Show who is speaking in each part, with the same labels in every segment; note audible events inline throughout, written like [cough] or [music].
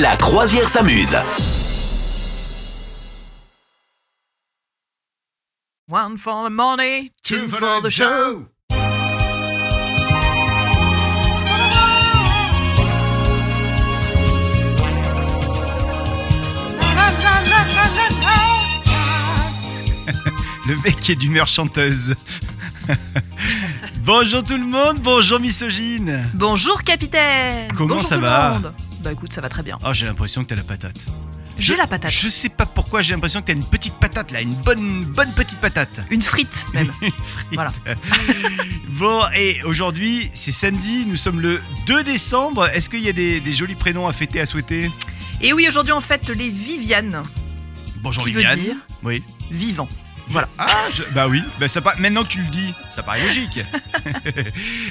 Speaker 1: La croisière s'amuse.
Speaker 2: One for the money, two, for the show.
Speaker 3: Le mec est d'humeur chanteuse. bonjour tout le monde, bonjour misogyne.
Speaker 2: Bonjour capitaine.
Speaker 3: Comment
Speaker 2: Bonjour
Speaker 3: ça
Speaker 2: tout
Speaker 3: va
Speaker 2: le monde. Bah écoute, ça va très bien.
Speaker 3: Oh, j'ai l'impression que t'as la patate.
Speaker 2: J'ai la patate,
Speaker 3: Je sais pas pourquoi, j'ai l'impression que t'as une petite patate là, une bonne, bonne petite patate.
Speaker 2: une frite même.
Speaker 3: Une frite.
Speaker 2: Voilà.
Speaker 3: bon, et aujourd'hui, c'est samedi, nous sommes le 2 décembre. Est-ce qu'il y a des, des jolis prénoms à fêter, à souhaiter
Speaker 2: Et oui, aujourd'hui on fête les Viviane,
Speaker 3: Bonjour
Speaker 2: qui
Speaker 3: Viviane.
Speaker 2: veut dire
Speaker 3: Oui.
Speaker 2: vivant.
Speaker 3: Voilà. Ah, je- bah oui. Bah, ça par- Maintenant que tu le dis, ça paraît
Speaker 2: [laughs]
Speaker 3: logique. [laughs]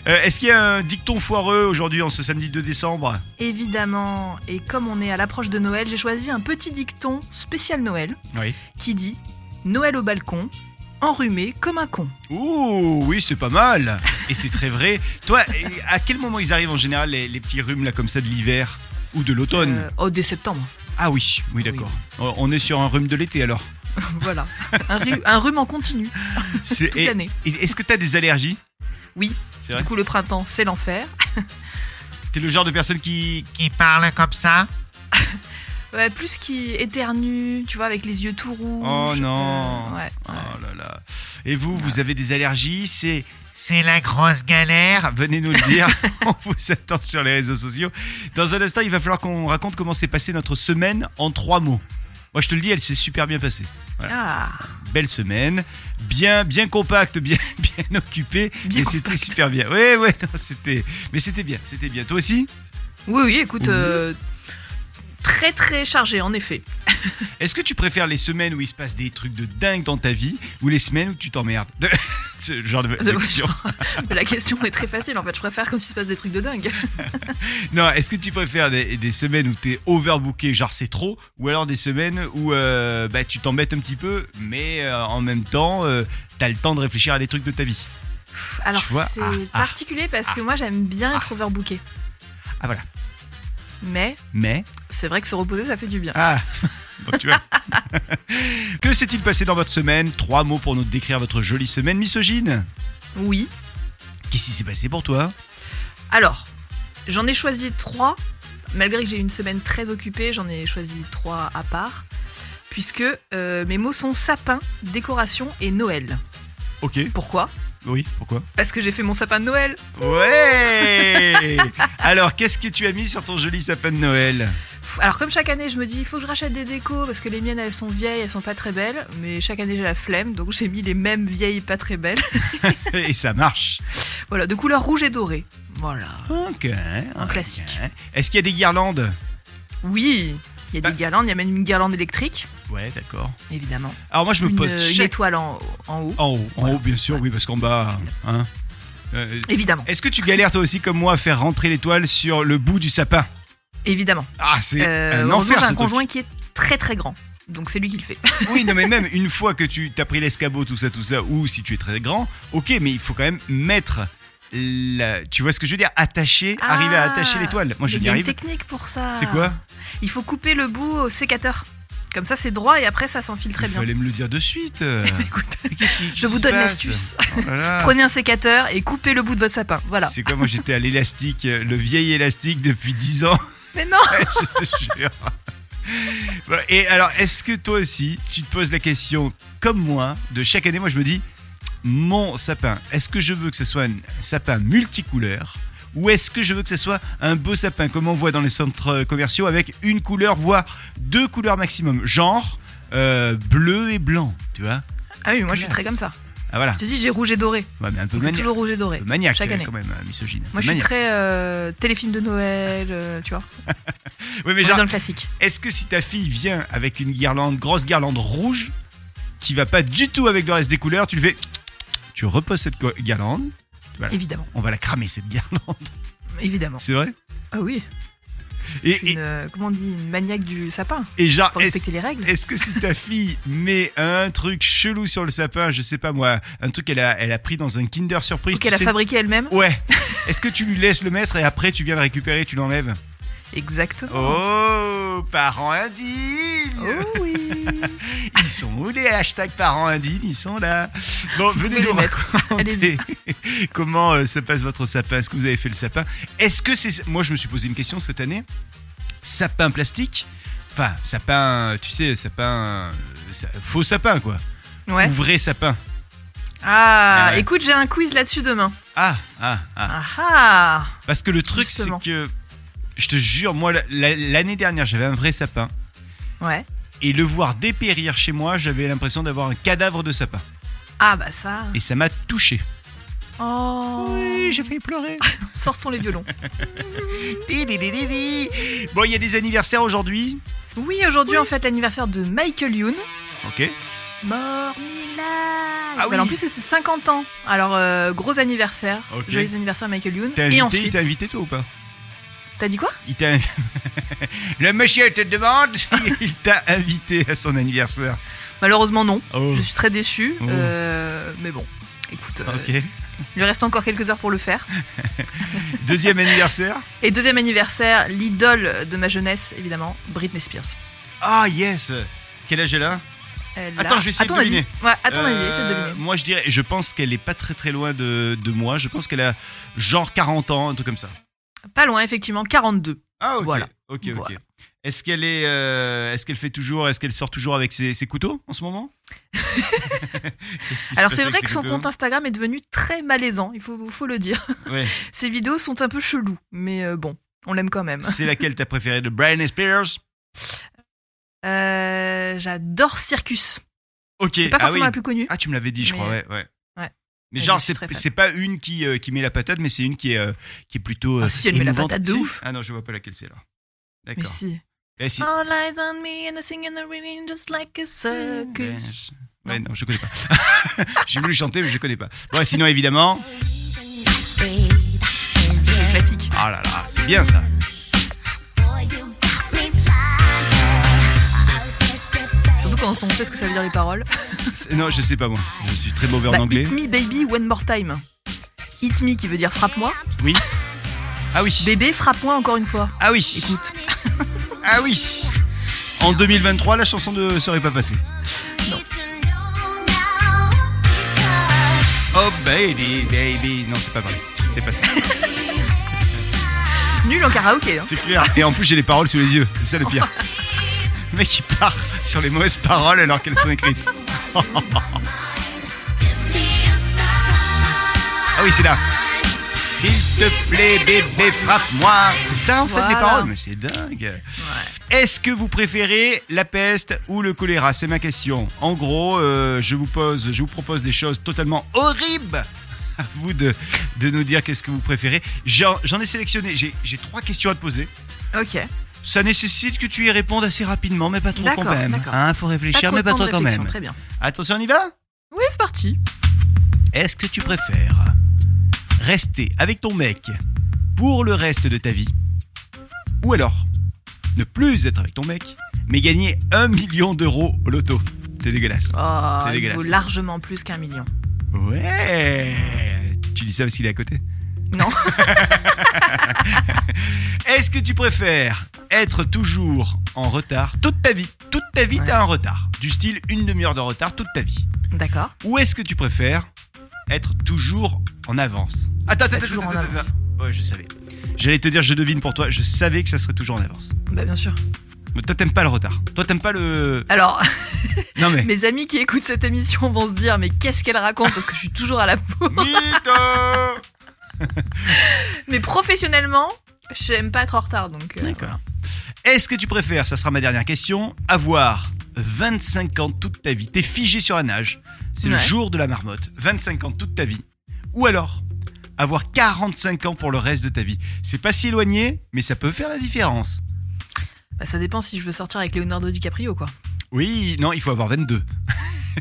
Speaker 3: Euh, Est-ce qu'il y a un dicton foireux aujourd'hui, en ce samedi 2 décembre
Speaker 2: Évidemment. Et comme on est à l'approche de Noël, j'ai choisi un petit dicton spécial Noël
Speaker 3: Oui.
Speaker 2: qui dit Noël au balcon, enrhumé comme un con.
Speaker 3: Ouh, oui, c'est pas mal. Et c'est très vrai. Toi, et à quel moment ils arrivent en général, les, les petits rhumes là comme ça de l'hiver ou de l'automne
Speaker 2: Euh, oh, dès septembre. [laughs]
Speaker 3: Ah oui, oui, d'accord. Oh, On est sur un rhume de l'été alors. [laughs]
Speaker 2: voilà. Un, rhu- un rhume en continu
Speaker 3: C'est-
Speaker 2: toute
Speaker 3: et-
Speaker 2: l'année.
Speaker 3: et Est-ce que t'as des allergies
Speaker 2: Oui.
Speaker 3: C'est vrai
Speaker 2: Du coup, le printemps, c'est l'enfer.
Speaker 3: T'es le genre de personne qui.
Speaker 4: qui parle comme ça
Speaker 2: Ouais, plus qui éternue, tu vois, avec les yeux tout rouges.
Speaker 3: Oh non.
Speaker 2: Euh, ouais. Ah.
Speaker 3: Oh là là. Et vous, vous avez des allergies C'est.
Speaker 4: C'est la grosse galère.
Speaker 3: Venez nous le
Speaker 2: [laughs]
Speaker 3: dire. On vous attend sur les réseaux sociaux. Dans un instant, il va falloir qu'on raconte comment s'est passée notre semaine en trois mots. Moi, je te le dis, elle s'est super bien passée.
Speaker 2: Ah,
Speaker 3: belle semaine, bien bien compacte, bien [laughs] bien occupé
Speaker 2: Bien
Speaker 3: et c'était
Speaker 2: compacte.
Speaker 3: super bien. Ouais ouais, non, c'était mais c'était bien, c'était bien. Toi aussi
Speaker 2: oui, oui, écoute,
Speaker 3: Oui.
Speaker 2: euh, très très chargé en effet. [laughs]
Speaker 3: Est-ce que tu préfères les semaines où il se passe des trucs de dingue dans ta vie ou les semaines où tu t'emmerdes [laughs] De- C'est le genre de, de question.
Speaker 2: La question est très facile en fait, je préfère quand il se passe des trucs de dingue.
Speaker 3: [laughs] Non, est-ce que tu préfères des, des semaines où t'es overbooké, genre c'est trop, ou alors des semaines où euh, bah, tu t'embêtes un petit peu, mais euh, en même temps euh, t'as le temps de réfléchir à des trucs de ta vie
Speaker 2: Pff, Alors
Speaker 3: Tu vois,
Speaker 2: c'est
Speaker 3: ah, ah,
Speaker 2: particulier parce que moi j'aime bien être overbooké,
Speaker 3: Ah voilà.
Speaker 2: mais
Speaker 3: Mais
Speaker 2: c'est vrai que se reposer ça fait du bien.
Speaker 3: [laughs] Ah Bon, tu vois. que s'est-il passé dans votre semaine Trois mots pour nous décrire votre jolie semaine misogyne.
Speaker 2: Oui,
Speaker 3: Qu'est-ce qui s'est passé pour toi
Speaker 2: alors j'en ai choisi trois, malgré que j'ai eu une semaine très occupée, j'en ai choisi trois à part, puisque euh, mes mots sont sapin, décoration et Noël.
Speaker 3: Ok,
Speaker 2: Pourquoi
Speaker 3: oui, pourquoi
Speaker 2: Parce que j'ai fait mon sapin de Noël.
Speaker 3: Ouais Alors, qu'est-ce que tu as mis sur ton joli sapin de Noël
Speaker 2: Pff, Alors comme chaque année, je me dis il faut que je rachète des décos parce que les miennes elles sont vieilles, elles sont pas très belles. Mais chaque année j'ai la flemme, donc j'ai mis les mêmes vieilles pas très belles. [laughs]
Speaker 3: Et ça marche.
Speaker 2: Voilà, de couleur rouge et dorée. Voilà,
Speaker 3: Ok.
Speaker 2: un classique.
Speaker 3: Est-ce qu'il y a des guirlandes
Speaker 2: Oui, il y a
Speaker 3: Bah-
Speaker 2: des guirlandes, il y a même une guirlande électrique,
Speaker 3: Ouais, d'accord.
Speaker 2: évidemment.
Speaker 3: Alors moi, je me
Speaker 2: Une, euh,
Speaker 3: pose
Speaker 2: une
Speaker 3: chaque-
Speaker 2: étoile en, en haut,
Speaker 3: en haut, en
Speaker 2: Voilà.
Speaker 3: haut, bien sûr, oui, parce qu'en bas, hein. Euh,
Speaker 2: évidemment,
Speaker 3: Est-ce que tu galères toi aussi comme moi à faire rentrer l'étoile sur le bout du sapin
Speaker 2: évidemment.
Speaker 3: Ah, c'est
Speaker 2: Euh,
Speaker 3: un
Speaker 2: heureusement, j'ai
Speaker 3: enfer. ce
Speaker 2: un
Speaker 3: truc.
Speaker 2: conjoint qui est très très grand, donc c'est lui qui le fait.
Speaker 3: Oui, non, mais même une fois que tu t'as pris l'escabeau, tout ça, tout ça, ou si tu es très grand, ok, mais il faut quand même mettre. La... Tu vois ce que je veux dire Attacher,
Speaker 2: Ah,
Speaker 3: arriver à attacher l'étoile. Moi, je
Speaker 2: Mais [laughs] il
Speaker 3: n'y
Speaker 2: y a une
Speaker 3: arrive.
Speaker 2: technique Ah, pour ça.
Speaker 3: C'est quoi
Speaker 2: Il faut couper le bout au sécateur. Comme ça c'est droit et après ça s'enfile très
Speaker 3: Il
Speaker 2: bien.
Speaker 3: fallait me le dire de suite. euh.
Speaker 2: [laughs] Écoute,
Speaker 3: Mais qu'est-ce qui-
Speaker 2: je vous
Speaker 3: se
Speaker 2: donne
Speaker 3: passe
Speaker 2: l'astuce.
Speaker 3: Oh là là.
Speaker 2: Prenez un sécateur et coupez le bout de votre sapin. Voilà.
Speaker 3: C'est quoi Moi, j'étais à l'élastique, euh, le vieil élastique depuis 10 ans.
Speaker 2: Mais non
Speaker 3: [laughs] je te jure. Bon, Et alors, est-ce que toi aussi, tu te poses la question, comme moi, de chaque année, moi je me dis, mon sapin, est-ce que je veux que ce soit un sapin multicouleur ou est-ce que je veux que ce soit un beau sapin, comme on voit dans les centres commerciaux, avec une couleur, voire deux couleurs maximum, genre euh, bleu et blanc, tu vois
Speaker 2: Ah oui, moi je suis très
Speaker 3: Classe.
Speaker 2: comme ça.
Speaker 3: Ah voilà,
Speaker 2: Je te dis, j'ai rouge et doré.
Speaker 3: Ouais, mais un
Speaker 2: Donc,
Speaker 3: peu
Speaker 2: C'est
Speaker 3: mania-
Speaker 2: toujours rouge et
Speaker 3: un
Speaker 2: doré.
Speaker 3: peu maniaque
Speaker 2: chaque
Speaker 3: euh,
Speaker 2: année.
Speaker 3: quand même, euh, misogyne.
Speaker 2: Moi je suis très euh, téléfilm de Noël, euh, tu vois.
Speaker 3: Oui,
Speaker 2: On
Speaker 3: mais
Speaker 2: est
Speaker 3: genre,
Speaker 2: dans le classique.
Speaker 3: Est-ce que si ta fille vient avec une guirlande, grosse guirlande rouge, qui va pas du tout avec le reste des couleurs, tu le fais. Tu reposes cette co- guirlande, Voilà.
Speaker 2: Évidemment.
Speaker 3: on va la cramer cette guirlande.
Speaker 2: Évidemment.
Speaker 3: C'est vrai
Speaker 2: Ah oui.
Speaker 3: et,
Speaker 2: Une,
Speaker 3: et,
Speaker 2: euh, comment on dit Une maniaque du sapin.
Speaker 3: et genre,
Speaker 2: Faut
Speaker 3: est-ce
Speaker 2: respecter les règles.
Speaker 3: est-ce que si ta fille met un truc chelou sur le sapin, je sais pas moi, un truc qu'elle a, elle a pris dans un Kinder Surprise.
Speaker 2: Ou
Speaker 3: tu
Speaker 2: qu'elle a
Speaker 3: sais-
Speaker 2: fabriqué elle-même.
Speaker 3: Ouais. Est-ce que tu lui laisses le mettre et après tu viens le récupérer, tu l'enlèves
Speaker 2: Exactement.
Speaker 3: Oh, parents indignes
Speaker 2: Oh oui.
Speaker 3: Ils sont où les hashtags parents indignes Ils sont là. Bon, venez
Speaker 2: pouvez
Speaker 3: nous
Speaker 2: les mettre.
Speaker 3: raconter [laughs] comment euh, se passe votre sapin. Est-ce que vous avez fait le sapin Est-ce que c'est. Moi, je me suis posé une question cette année. Sapin plastique Enfin, sapin, tu sais, sapin. euh, sa- Faux sapin, quoi.
Speaker 2: Ouais.
Speaker 3: Ou vrai sapin.
Speaker 2: Ah,
Speaker 3: Mmh. Ouais.
Speaker 2: écoute, j'ai un quiz là-dessus demain.
Speaker 3: Ah, ah, ah.
Speaker 2: Ah ah.
Speaker 3: Parce que le truc, c'est
Speaker 2: Justement.
Speaker 3: que. Je te jure, moi, la- la- l'année dernière, j'avais un vrai sapin.
Speaker 2: Ouais.
Speaker 3: Et le voir dépérir chez moi, j'avais l'impression d'avoir un cadavre de sapin.
Speaker 2: Ah bah ça.
Speaker 3: Et ça m'a touché.
Speaker 2: Oh.
Speaker 3: j'ai failli
Speaker 2: [laughs]
Speaker 3: pleurer.
Speaker 2: Sortons les violons.
Speaker 3: bon, il y a des anniversaires aujourd'hui.
Speaker 2: Oui, aujourd'hui on fête l'anniversaire de Michael Youn.
Speaker 3: Ok.
Speaker 2: Morning Live.
Speaker 3: Ah oui.
Speaker 2: En plus, c'est ses 50 ans. Alors, euh, gros anniversaire.
Speaker 3: Ok.
Speaker 2: Joyeux anniversaire, Michael Youn.
Speaker 3: T'as
Speaker 2: Et
Speaker 3: invité, il
Speaker 2: ensuite,
Speaker 3: t'a invité toi ou pas
Speaker 2: t'as dit quoi
Speaker 3: il t'a... [laughs] Le monsieur te demande [laughs] s'il t'a invité à son anniversaire.
Speaker 2: Malheureusement, non.
Speaker 3: Oh,
Speaker 2: Je suis très déçue.
Speaker 3: Oh.
Speaker 2: euh, mais bon, écoute, euh,
Speaker 3: ok.
Speaker 2: il lui reste encore quelques heures pour le faire.
Speaker 3: Deuxième anniversaire
Speaker 2: Et deuxième anniversaire, l'idole de ma jeunesse, évidemment, Britney Spears.
Speaker 3: Ah, yes Quel âge elle a
Speaker 2: Elle
Speaker 3: Attends,
Speaker 2: a-
Speaker 3: je vais essayer
Speaker 2: à ton
Speaker 3: de
Speaker 2: avis.
Speaker 3: deviner.
Speaker 2: Ouais, à ton avis,
Speaker 3: Euh,
Speaker 2: essaie de deviner.
Speaker 3: Moi, je dirais, je pense qu'elle est pas très très loin de, de moi. Je pense qu'elle a genre 40 ans, un truc comme ça.
Speaker 2: Pas loin, effectivement, 42.
Speaker 3: Ah, ok.
Speaker 2: Voilà.
Speaker 3: Ok, ok.
Speaker 2: Voilà.
Speaker 3: Est-ce qu'elle est, euh, est-ce qu'elle fait toujours, est-ce qu'elle sort toujours avec ses, ses couteaux en
Speaker 2: [laughs]
Speaker 3: ce moment Qu'est-ce qui se
Speaker 2: Alors,
Speaker 3: passe
Speaker 2: c'est
Speaker 3: avec
Speaker 2: vrai
Speaker 3: ses
Speaker 2: que son
Speaker 3: couteaux
Speaker 2: compte Instagram est devenu très malaisant, il faut, faut le dire. [laughs]
Speaker 3: Ouais.
Speaker 2: Ses vidéos sont un peu cheloues, mais euh, bon, on l'aime quand même.
Speaker 3: C'est laquelle t'as préférée de Britney Spears
Speaker 2: Euh, J'adore Circus.
Speaker 3: Ok.
Speaker 2: C'est pas
Speaker 3: ah oui.
Speaker 2: forcément la plus connue.
Speaker 3: Ah, tu me l'avais dit, je
Speaker 2: Mais, euh,
Speaker 3: crois. Ouais, ouais.
Speaker 2: ouais.
Speaker 3: Mais
Speaker 2: Elle
Speaker 3: genre,
Speaker 2: est
Speaker 3: c'est,
Speaker 2: très fan.
Speaker 3: c'est pas une qui, euh, qui met la patate, mais c'est une qui est, euh, qui est plutôt.
Speaker 2: Ah, si, elle met la
Speaker 3: émouvante.
Speaker 2: patate de
Speaker 3: Si
Speaker 2: ouf.
Speaker 3: Ah non, je vois pas laquelle c'est là.
Speaker 2: Mais
Speaker 3: D'accord.
Speaker 2: si. Ah,
Speaker 3: Eh, si.
Speaker 2: All eyes on me and I sing in the rhythm just like a euh, circus.
Speaker 3: Ouais, non, je connais pas. [laughs] J'ai voulu chanter, mais je connais pas. Bon, sinon, évidemment.
Speaker 2: Le classique.
Speaker 3: Ah là là, c'est bien ça.
Speaker 2: Surtout quand on sait ce que ça veut dire les paroles.
Speaker 3: C'est- Non, je sais pas moi. Je suis très mauvais en
Speaker 2: Bah,
Speaker 3: anglais.
Speaker 2: hit me baby one more time. Hit me qui veut dire frappe-moi.
Speaker 3: Oui. Ah oui.
Speaker 2: Bébé, frappe-moi encore une fois.
Speaker 3: Ah oui.
Speaker 2: Écoute,
Speaker 3: Ah oui. En 2023, la chanson ne serait pas passée. Oh baby, baby. Non, c'est pas vrai. C'est pas ça.
Speaker 2: nul en karaoké. hein.
Speaker 3: C'est clair. Et en plus, j'ai les paroles sous les yeux. C'est ça le pire. Le mec, il part sur les mauvaises paroles alors qu'elles sont écrites. Ah oui, c'est là. S'il te plaît, bébé, frappe-moi. C'est ça, en fait, les
Speaker 2: Voilà.
Speaker 3: paroles. Mais c'est dingue. Est-ce que vous préférez la peste ou le choléra C'est ma question. En gros, euh, je, vous pose, je vous propose des choses totalement horribles. [laughs] À vous de, de nous dire qu'est-ce que vous préférez. J'en j'en ai sélectionné, j'ai j'ai trois questions à te poser.
Speaker 2: Ok.
Speaker 3: Ça nécessite que tu y répondes assez rapidement, mais pas trop quand
Speaker 2: D'accord,
Speaker 3: même.
Speaker 2: d'accord.
Speaker 3: Hein, faut réfléchir,
Speaker 2: trop
Speaker 3: mais
Speaker 2: de
Speaker 3: pas
Speaker 2: temps de
Speaker 3: trop quand
Speaker 2: réflexion,
Speaker 3: même.
Speaker 2: Très bien.
Speaker 3: Attention, on y va
Speaker 2: Oui, c'est parti.
Speaker 3: Est-ce que tu préfères rester avec ton mec pour le reste de ta vie Ou alors ne plus être avec ton mec, mais gagner un million d'euros au loto C'est dégueulasse.
Speaker 2: Oh,
Speaker 3: C'est
Speaker 2: il
Speaker 3: dégueulasse.
Speaker 2: vaut largement plus qu'un million.
Speaker 3: Ouais Tu dis ça parce qu'il est à côté
Speaker 2: Non.
Speaker 3: [laughs] Est-ce que tu préfères être toujours en retard toute ta vie Toute ta vie,
Speaker 2: Ouais.
Speaker 3: t'as un retard. Du style une demi-heure de retard toute ta vie.
Speaker 2: D'accord.
Speaker 3: Ou est-ce que tu préfères être toujours en avance Attends, attends,
Speaker 2: Bah,
Speaker 3: attends,
Speaker 2: toujours
Speaker 3: attends,
Speaker 2: en
Speaker 3: attends,
Speaker 2: avance.
Speaker 3: attends. Ouais, je savais. J'allais te dire, je devine pour toi, je savais que ça serait toujours en avance.
Speaker 2: Bah bien sûr.
Speaker 3: Mais toi, t'aimes pas le retard. Toi, t'aimes pas le.
Speaker 2: Alors, [laughs]
Speaker 3: Non, mais.
Speaker 2: mes amis qui écoutent cette émission vont se dire mais qu'est-ce qu'elle raconte parce que je suis toujours à la bourre.
Speaker 3: Mytho
Speaker 2: [laughs] Mais professionnellement, j'aime pas être en retard donc. euh,
Speaker 3: D'accord. Est-ce que tu préfères, ça sera ma dernière question, avoir 25 ans toute ta vie T'es figé sur un âge, c'est le
Speaker 2: Ouais.
Speaker 3: jour de la marmotte, 25 ans toute ta vie. Ou alors, avoir 45 ans pour le reste de ta vie. C'est pas si éloigné, mais ça peut faire la différence.
Speaker 2: Bah, ça dépend si je veux sortir avec Leonardo DiCaprio
Speaker 3: [laughs]
Speaker 2: quoi.
Speaker 3: Oui, non, il faut avoir 22.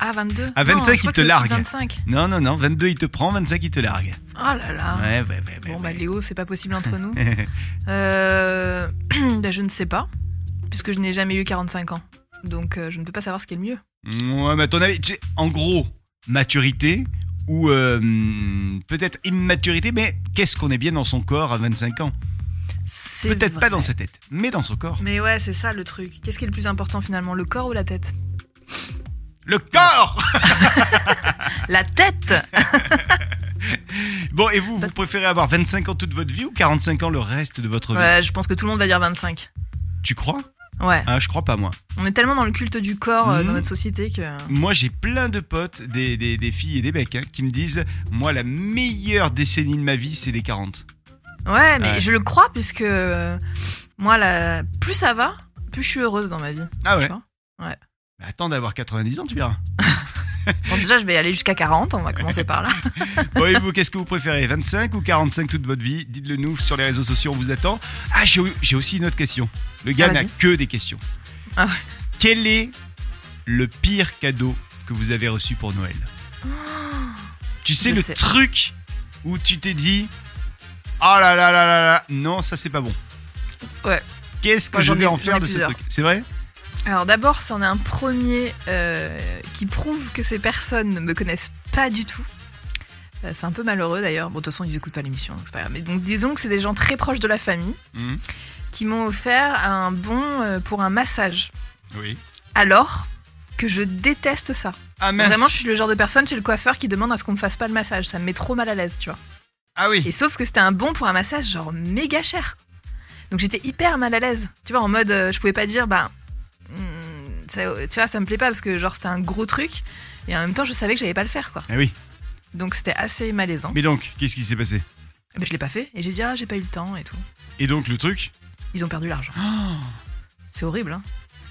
Speaker 2: Ah 22.
Speaker 3: À
Speaker 2: Non,
Speaker 3: 25,
Speaker 2: je crois
Speaker 3: il
Speaker 2: que
Speaker 3: te
Speaker 2: c'est au-dessus de
Speaker 3: largue.
Speaker 2: 25.
Speaker 3: Non, non, non, 22 il te prend, 25 il te largue.
Speaker 2: Oh là là.
Speaker 3: Ouais, ouais, ouais, ouais.
Speaker 2: Bon bah
Speaker 3: ouais.
Speaker 2: Léo, c'est pas possible entre
Speaker 3: [laughs]
Speaker 2: nous. Euh, [clears throat] bah, je ne sais pas, puisque je n'ai jamais eu 45 ans. Donc euh, je ne peux pas savoir ce qui est le mieux.
Speaker 3: [laughs] ouais, mais à ton avis, tu sais, en gros, maturité ou euh, peut-être immaturité, mais qu'est-ce qu'on est bien dans son corps à 25 ans
Speaker 2: C'est
Speaker 3: Peut-être pas
Speaker 2: vrai.
Speaker 3: dans sa tête, mais dans son corps.
Speaker 2: Mais ouais, c'est ça le truc. Qu'est-ce qui est le plus important finalement, le corps ou la tête
Speaker 3: Le corps
Speaker 2: La tête
Speaker 3: Bon, et vous, vous préférez avoir 25 ans toute votre vie ou 45 ans le reste de votre vie
Speaker 2: Ouais, je pense que tout le monde va dire 25.
Speaker 3: Tu crois
Speaker 2: Ouais.
Speaker 3: Ah, je crois pas, moi.
Speaker 2: On est tellement dans le culte du corps euh, dans
Speaker 3: Mhm.
Speaker 2: notre société que.
Speaker 3: Moi, j'ai plein de potes, des, des- des filles et des mecs, hein, qui me disent Moi, la meilleure décennie de ma vie, c'est les 40.
Speaker 2: Ouais, mais
Speaker 3: Ouais.
Speaker 2: je le crois puisque euh, moi, là, plus ça va, plus je suis heureuse dans ma vie.
Speaker 3: Ah
Speaker 2: tu
Speaker 3: ouais
Speaker 2: vois.
Speaker 3: Bah, Attends d'avoir 90 ans, tu verras. [laughs]
Speaker 2: Bon, déjà, je vais aller jusqu'à 40, on va commencer par là.
Speaker 3: Bon, et vous, qu'est-ce que vous préférez 25 ou 45 toute votre vie Dites-le nous sur les réseaux sociaux, on vous attend. Ah, j'ai j'ai aussi une autre question. Le gars
Speaker 2: Ah,
Speaker 3: n'a
Speaker 2: vas-y.
Speaker 3: que des questions.
Speaker 2: Ah ouais.
Speaker 3: Quel est le pire cadeau que vous avez reçu pour Noël Tu sais,
Speaker 2: Oh. je
Speaker 3: le
Speaker 2: sais.
Speaker 3: truc où tu t'es dit Ah là là là là là, non, ça c'est pas bon.
Speaker 2: Ouais.
Speaker 3: Qu'est-ce que
Speaker 2: Moi,
Speaker 3: je
Speaker 2: j'en
Speaker 3: vais
Speaker 2: ai-
Speaker 3: en
Speaker 2: j'en
Speaker 3: faire
Speaker 2: ai
Speaker 3: de ce
Speaker 2: plusieurs.
Speaker 3: truc C'est vrai
Speaker 2: Alors d'abord, c'en est un premier euh, qui prouve que ces personnes ne me connaissent pas du tout. Euh, C'est un peu malheureux d'ailleurs. Bon, de toute façon, ils écoutent pas l'émission, donc c'est pas grave. Mais donc, disons que c'est des gens très proches de la famille
Speaker 3: Mhm.
Speaker 2: qui m'ont offert un bon euh, pour un massage.
Speaker 3: Oui.
Speaker 2: Alors que je déteste ça.
Speaker 3: Ah mince.
Speaker 2: Vraiment, je suis le genre de personne chez le coiffeur qui demande à ce qu'on me fasse pas le massage. Ça me met trop mal à l'aise, tu vois.
Speaker 3: Ah oui.
Speaker 2: Et sauf que c'était un bon pour un massage, genre méga cher. Donc j'étais hyper mal à l'aise. Tu vois, en mode, euh, je pouvais pas dire, bah. hmm, ça- tu vois, ça me plaît pas parce que, genre, c'était un gros truc. Et en même temps, je savais que j'allais pas le faire, quoi.
Speaker 3: Ah oui.
Speaker 2: Donc c'était assez malaisant.
Speaker 3: Mais donc, qu'est-ce qui s'est passé
Speaker 2: Mais je l'ai pas fait. Et j'ai dit, ah, j'ai pas eu le temps et tout.
Speaker 3: Et donc, le truc [gasps]
Speaker 2: Ils ont perdu l'argent.
Speaker 3: Oh.
Speaker 2: C'est horrible, hein.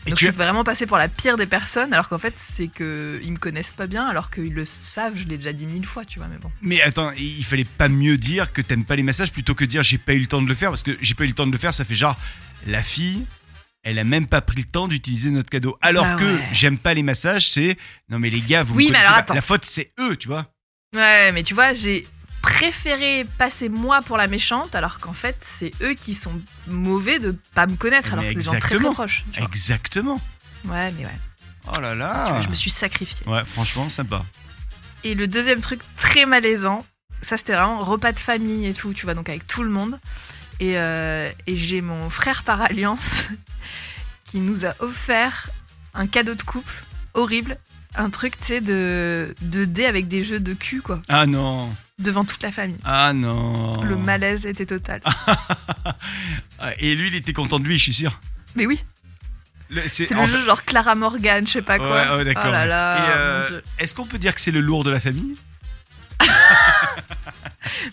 Speaker 3: Et
Speaker 2: Donc
Speaker 3: tu
Speaker 2: je
Speaker 3: as-
Speaker 2: suis vraiment passée pour la pire des personnes, alors qu'en fait, c'est que ils me connaissent pas bien, alors qu'ils le savent, je l'ai déjà dit mille fois, tu vois, mais bon.
Speaker 3: Mais attends, il fallait pas mieux dire que t'aimes pas les massages plutôt que dire j'ai pas eu le temps de le faire parce que j'ai pas eu le temps de le faire, ça fait genre la fille, elle a même pas pris le temps d'utiliser notre cadeau. Alors
Speaker 2: Bah
Speaker 3: que
Speaker 2: ouais.
Speaker 3: j'aime pas les massages, c'est non mais les gars, vous me
Speaker 2: Oui, mais
Speaker 3: connaissez
Speaker 2: alors
Speaker 3: pas.
Speaker 2: attends.
Speaker 3: la faute c'est eux, tu vois.
Speaker 2: Ouais, mais tu vois, j'ai préféré passer moi pour la méchante, alors qu'en fait, c'est eux qui sont mauvais de pas me connaître, alors
Speaker 3: Mais
Speaker 2: que c'est des gens très très
Speaker 3: exactement.
Speaker 2: proches. tu vois.
Speaker 3: Exactement.
Speaker 2: Ouais, mais ouais, tu
Speaker 3: Oh
Speaker 2: vois,
Speaker 3: là là.
Speaker 2: je me suis sacrifiée.
Speaker 3: Ouais, franchement sympa.
Speaker 2: Et le deuxième truc très malaisant, ça c'était vraiment repas de famille et tout, tu vois, donc avec tout le monde. Et, euh, et j'ai mon frère par alliance [laughs] qui nous a offert un cadeau de couple horrible, un truc, tu sais, de, de dés avec des jeux de cul, quoi,
Speaker 3: Ah non,
Speaker 2: devant toute la famille.
Speaker 3: ah non.
Speaker 2: Le malaise était total.
Speaker 3: Ah, Et lui, il était content de lui, je suis sûr.
Speaker 2: Mais oui,
Speaker 3: Le-
Speaker 2: C'est
Speaker 3: en
Speaker 2: le jeu genre Clara Morgan, je sais pas
Speaker 3: Ouais,
Speaker 2: quoi.
Speaker 3: ouais, d'accord.
Speaker 2: Oh là là.
Speaker 3: Et, euh,
Speaker 2: mon Dieu.
Speaker 3: Est-ce qu'on peut dire que c'est le lourd de la famille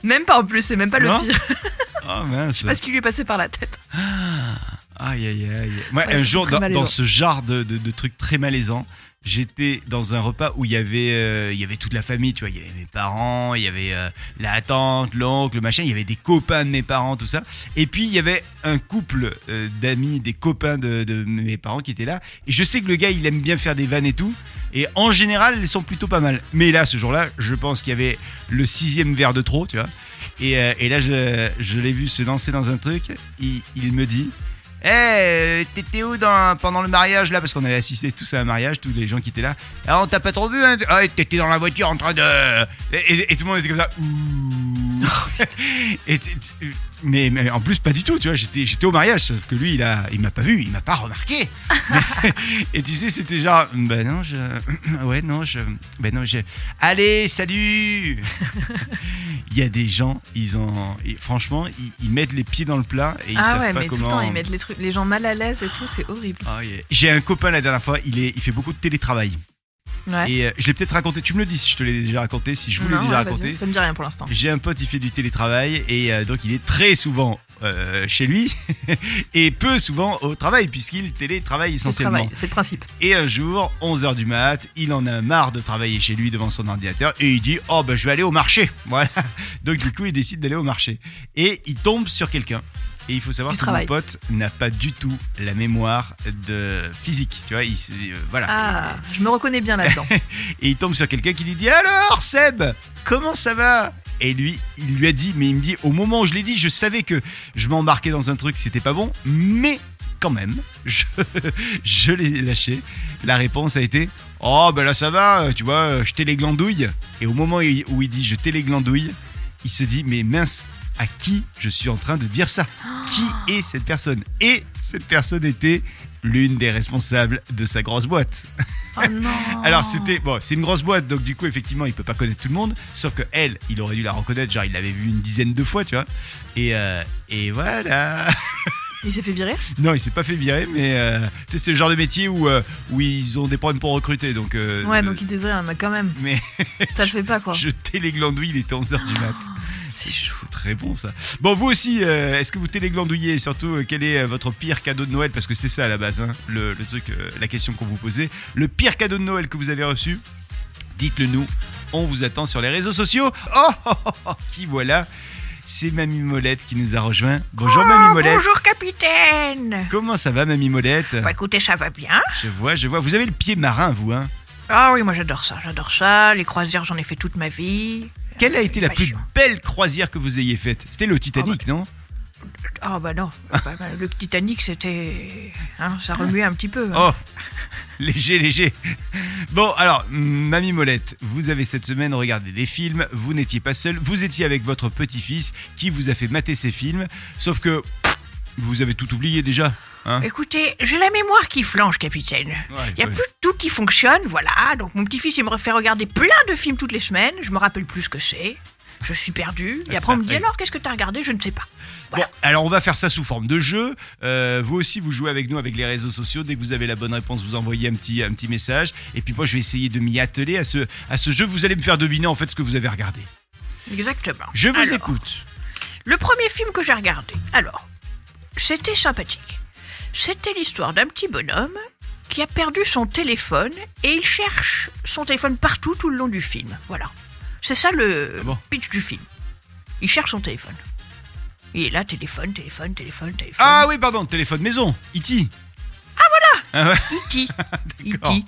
Speaker 2: Même pas en plus, c'est même pas le
Speaker 3: Non. [laughs]
Speaker 2: pire.
Speaker 3: Oh mince.
Speaker 2: Parce qu'il lui est passé par la tête.
Speaker 3: Ah, Aïe, aïe, aïe. Moi,
Speaker 2: Ouais,
Speaker 3: un
Speaker 2: c'est
Speaker 3: jour,
Speaker 2: très
Speaker 3: dans,
Speaker 2: malaisant.
Speaker 3: dans ce genre de, de, de truc très malaisant, j'étais dans un repas où il y avait, euh, il y avait toute la famille, tu vois. Il y avait mes parents, il y avait euh, la tante, l'oncle, le machin. Il y avait des copains de mes parents, tout ça. Et puis, il y avait un couple euh, d'amis, des copains de, de mes parents qui étaient là. Et je sais que le gars, il aime bien faire des vannes et tout. Et en général, elles sont plutôt pas mal. Mais là, ce jour-là, je pense qu'il y avait le sixième verre de trop, tu vois. Et, euh, et là, je, je l'ai vu se lancer dans un truc. Il, il me dit Eh, euh, t'étais où dans- pendant le mariage là Parce qu'on avait assisté tous à un mariage, tous les gens qui étaient là. Ah, on t'a pas trop vu, hein Ah, T'étais dans la voiture en train de. Et, et- et tout le monde était comme ça.
Speaker 2: [laughs]
Speaker 3: Ouh. Et t- t- mais, mais en plus, pas du tout, tu vois. J'étais, j'étais au mariage, sauf que lui, il, a, il m'a pas vu, il m'a
Speaker 2: [laughs]
Speaker 3: pas remarqué. [laughs] Mais- et tu sais, c'était genre, ben non, je. [clears throat] Ouais, non, je. Ben non, je. Allez,
Speaker 2: [laughs]
Speaker 3: salut Il y a des gens, ils ont. et franchement, ils, ils mettent les pieds dans le plat et ils
Speaker 2: ah
Speaker 3: savent
Speaker 2: ouais,
Speaker 3: pas
Speaker 2: mais
Speaker 3: comment.
Speaker 2: tout le temps, ils mettent les, trucs, les gens mal à l'aise et tout, c'est horrible.
Speaker 3: Ah, yeah. J'ai un copain la dernière fois, il, est, il fait beaucoup de télétravail.
Speaker 2: Ouais.
Speaker 3: Et euh, je l'ai peut-être raconté, tu me le dis si je te l'ai déjà raconté, si je vous l'ai
Speaker 2: Non,
Speaker 3: déjà
Speaker 2: ouais,
Speaker 3: raconté.
Speaker 2: vas-y, Ça me dit rien pour l'instant.
Speaker 3: J'ai un pote, il fait du télétravail et euh, donc il est très souvent euh, chez lui [laughs] et peu souvent au travail puisqu'il télétravaille
Speaker 2: C'est le
Speaker 3: essentiellement.
Speaker 2: travail, c'est le principe.
Speaker 3: Et un jour, 11h du mat, il en a marre de travailler chez lui devant son ordinateur et il dit Oh, ben je vais aller au marché. [laughs] Voilà. Donc, du coup, il décide d'aller au marché. Et il tombe sur quelqu'un. Et il faut savoir
Speaker 2: Du
Speaker 3: que
Speaker 2: travail.
Speaker 3: mon pote n'a pas du tout la mémoire de physique. Tu vois, il, se- euh, voilà.
Speaker 2: Ah, je me reconnais bien
Speaker 3: [laughs]
Speaker 2: là-dedans.
Speaker 3: Et il tombe sur quelqu'un qui lui dit Alors Seb, comment ça va Et lui, il lui a dit, mais il me dit Au moment où je l'ai dit, je savais que je m'embarquais dans un truc, c'était pas bon, mais quand même, [laughs] je, je l'ai lâché. La réponse a été Oh, ben là ça va, tu vois, je t'ai les glandouilles. Et au moment où il dit Je t'ai les glandouilles, il se dit Mais mince, à qui je suis en train de dire ça. Qui est cette personne Et cette personne était l'une des responsables de sa grosse boîte.
Speaker 2: Oh non.
Speaker 3: Alors c'était bon, c'est une grosse boîte, donc du coup effectivement il peut pas connaître tout le monde, sauf que elle, il aurait dû la reconnaître, genre il l'avait vue une dizaine de fois, tu vois. Et euh, et voilà. [laughs]
Speaker 2: Il s'est fait virer
Speaker 3: Non, il s'est pas fait virer, mais euh, tu sais, c'est le genre de métier où euh, où ils ont des problèmes pour recruter, donc. euh,
Speaker 2: Ouais,
Speaker 3: le-
Speaker 2: donc il désire, mais quand même,
Speaker 3: Mais
Speaker 2: [laughs] ça le fait pas quoi.
Speaker 3: jeter les glandouilles, il était 11h du mat.
Speaker 2: C'est chou.
Speaker 3: [laughs] C'est très bon ça. Bon, vous aussi, euh, est-ce que vous téléglandouillez Et Surtout, euh, quel est euh, votre pire cadeau de Noël Parce que c'est ça à la base, hein, le, le truc, euh, la question qu'on vous posait. Le pire cadeau de Noël que vous avez reçu Dites-le nous. On vous attend sur les réseaux sociaux. Oh, oh, oh, oh, qui voilà C'est Mamie Molette qui nous a rejoint. Bonjour Mamie Molette.
Speaker 2: Bonjour capitaine
Speaker 3: Comment ça va Mamie Molette
Speaker 2: Bah écoutez, ça va bien.
Speaker 3: Je vois, je vois. Vous avez le pied marin, vous, hein
Speaker 2: Ah oui, moi j'adore ça, j'adore ça. Les croisières, j'en ai fait toute ma vie.
Speaker 3: Quelle a été la plus
Speaker 2: Passion.
Speaker 3: belle croisière que vous ayez faite C'était le Titanic, non
Speaker 2: Ah bah
Speaker 3: [laughs]
Speaker 2: non, bah, bah, le Titanic c'était... hein, ça remuait un petit peu. hein.
Speaker 3: Oh Léger, léger. Bon, alors, Mamie Molette, vous avez cette semaine regardé des films, vous n'étiez pas seul, vous étiez avec votre petit-fils qui vous a fait mater ces films, sauf que pff, vous avez tout oublié déjà. Hein
Speaker 2: Écoutez, j'ai la mémoire qui flanche, capitaine.
Speaker 3: Ouais,
Speaker 2: Il y a
Speaker 3: ouais.
Speaker 2: plus de tout qui fonctionne, voilà. Donc mon petit-fils, il me fait regarder plein de films toutes les semaines. Je me rappelle plus ce que c'est. Je suis perdue. Et
Speaker 3: Ah,
Speaker 2: après, on
Speaker 3: ça
Speaker 2: me dit
Speaker 3: fait.
Speaker 2: alors, qu'est-ce que t'as regardé Je ne sais pas.
Speaker 3: Bon, alors on va faire ça sous forme de jeu. Euh, vous aussi, vous jouez avec nous avec les réseaux sociaux. Dès que vous avez la bonne réponse, vous envoyez un petit, un petit message. Et puis moi, je vais essayer de m'y atteler à ce, à ce jeu. Vous allez me faire deviner en fait ce que vous avez regardé.
Speaker 2: Exactement.
Speaker 3: Je vous
Speaker 2: Alors,
Speaker 3: écoute.
Speaker 2: Le premier film que j'ai regardé, alors, c'était sympathique. C'était l'histoire d'un petit bonhomme qui a perdu son téléphone et il cherche son téléphone partout tout le long du film. Voilà. C'est ça le
Speaker 3: Ah bon
Speaker 2: pitch du film. Il cherche son téléphone. Il est là, téléphone, téléphone, téléphone, téléphone.
Speaker 3: Ah oui, pardon, téléphone maison. E Iti. [laughs]
Speaker 2: E.T.
Speaker 3: D'accord.
Speaker 2: E.T.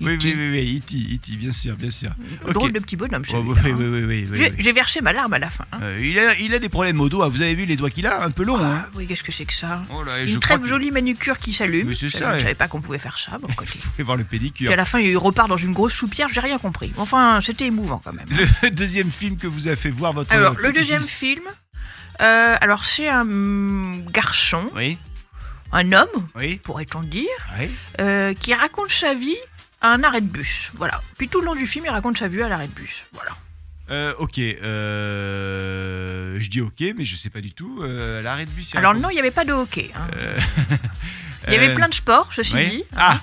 Speaker 3: Oui,
Speaker 2: E.T..
Speaker 3: oui, oui, oui, E E.T., E.T., bien sûr, bien sûr. Ok.
Speaker 2: Drôle de petit bonhomme,
Speaker 3: Oh,
Speaker 2: celui-là. hein.
Speaker 3: oui, oui, oui, oui, oui,
Speaker 2: J'ai-
Speaker 3: oui.
Speaker 2: J'ai versé ma larme à la fin. hein.
Speaker 3: Euh, il, a, il a des problèmes au doigt, vous avez vu les doigts qu'il a Un peu long, hein
Speaker 2: Ah, oui, qu'est-ce que c'est que ça
Speaker 3: Oh là, et je
Speaker 2: Une
Speaker 3: crois
Speaker 2: très
Speaker 3: qu'il-
Speaker 2: jolie manucure qui s'allume.
Speaker 3: Mais c'est
Speaker 2: Euh,
Speaker 3: ça,
Speaker 2: Je
Speaker 3: ouais.
Speaker 2: savais pas qu'on pouvait faire ça. Bon,
Speaker 3: [laughs]
Speaker 2: côté.
Speaker 3: Faut aller voir le
Speaker 2: Puis à
Speaker 3: pédicure.
Speaker 2: la fin, il repart dans une grosse soupière, j'ai rien compris. Enfin, c'était émouvant quand même.
Speaker 3: Le [laughs] deuxième film que vous a fait voir votre.
Speaker 2: Alors, le
Speaker 3: petit-fils.
Speaker 2: deuxième film, euh, alors c'est un mm, garçon,
Speaker 3: Oui,
Speaker 2: un homme,
Speaker 3: oui,
Speaker 2: pourrait-on dire,
Speaker 3: oui.
Speaker 2: euh, qui raconte sa vie à un arrêt de bus. Voilà. Puis tout le long du film, il raconte sa vie à l'arrêt de bus. Voilà.
Speaker 3: Euh, ok, euh, je dis ok, mais je sais pas du tout. euh, L'arrêt de bus. il
Speaker 2: Alors
Speaker 3: raconte-
Speaker 2: non, il n'y avait pas de hockey. hein.
Speaker 3: Euh,
Speaker 2: Il y avait
Speaker 3: euh,
Speaker 2: plein de sports, ceci
Speaker 3: oui.
Speaker 2: dit.
Speaker 3: Ah,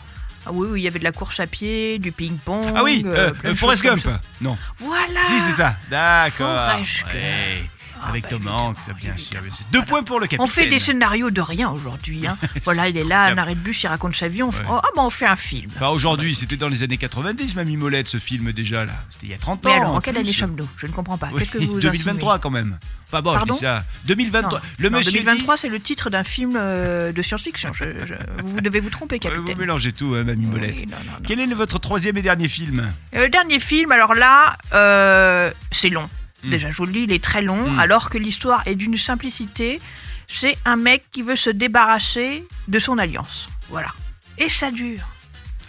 Speaker 2: Ah oui, oui, il y avait de la course à pied, du ping-pong.
Speaker 3: ah oui,
Speaker 2: euh,
Speaker 3: euh,
Speaker 2: plein de
Speaker 3: Forrest
Speaker 2: choses comme
Speaker 3: Gump.
Speaker 2: ça.
Speaker 3: Non.
Speaker 2: Voilà.
Speaker 3: Si, c'est ça. D'accord.
Speaker 2: Forrest Gump.
Speaker 3: Ouais.
Speaker 2: Ah,
Speaker 3: Avec
Speaker 2: bah,
Speaker 3: Tom
Speaker 2: évidemment,
Speaker 3: Hanks, bien sûr.
Speaker 2: évidemment.
Speaker 3: bien sûr. Deux points pour le capitaine.
Speaker 2: On fait des scénarios de rien aujourd'hui.
Speaker 3: [laughs]
Speaker 2: hein. voilà, il est là, un arrêt de bus, il raconte sa vie. On fait,
Speaker 3: Ouais.
Speaker 2: oh, ah, bah, on fait un film.
Speaker 3: Enfin, aujourd'hui, c'était dans les années 90, Mamie Molette, ce film déjà, là. C'était il y a 30 ans.
Speaker 2: Mais alors, en
Speaker 3: plus.
Speaker 2: quelle année sommes-nous Je ne comprends pas.
Speaker 3: Oui,
Speaker 2: Qu'est-ce que vous
Speaker 3: 2023 quand même. Enfin bon,
Speaker 2: Pardon
Speaker 3: je dis ça. 2023.
Speaker 2: Non,
Speaker 3: le
Speaker 2: insinuez Non,
Speaker 3: monsieur
Speaker 2: 2023, c'est le titre d'un film euh, de science-fiction. Je- je- vous devez vous tromper,
Speaker 3: dit- Ouais, Vous
Speaker 2: capitaine.
Speaker 3: mélangez tout, hein, Mamie Molette.
Speaker 2: Oui, non, non, non.
Speaker 3: Quel est le- votre troisième et dernier film
Speaker 2: Euh, dernier film, alors là, euh, c'est long.
Speaker 3: Hmm.
Speaker 2: Déjà, je vous le dis, il est très long,
Speaker 3: Hmm.
Speaker 2: alors que l'histoire est d'une simplicité. C'est un mec qui veut se débarrasser de son alliance. Voilà. Et ça dure.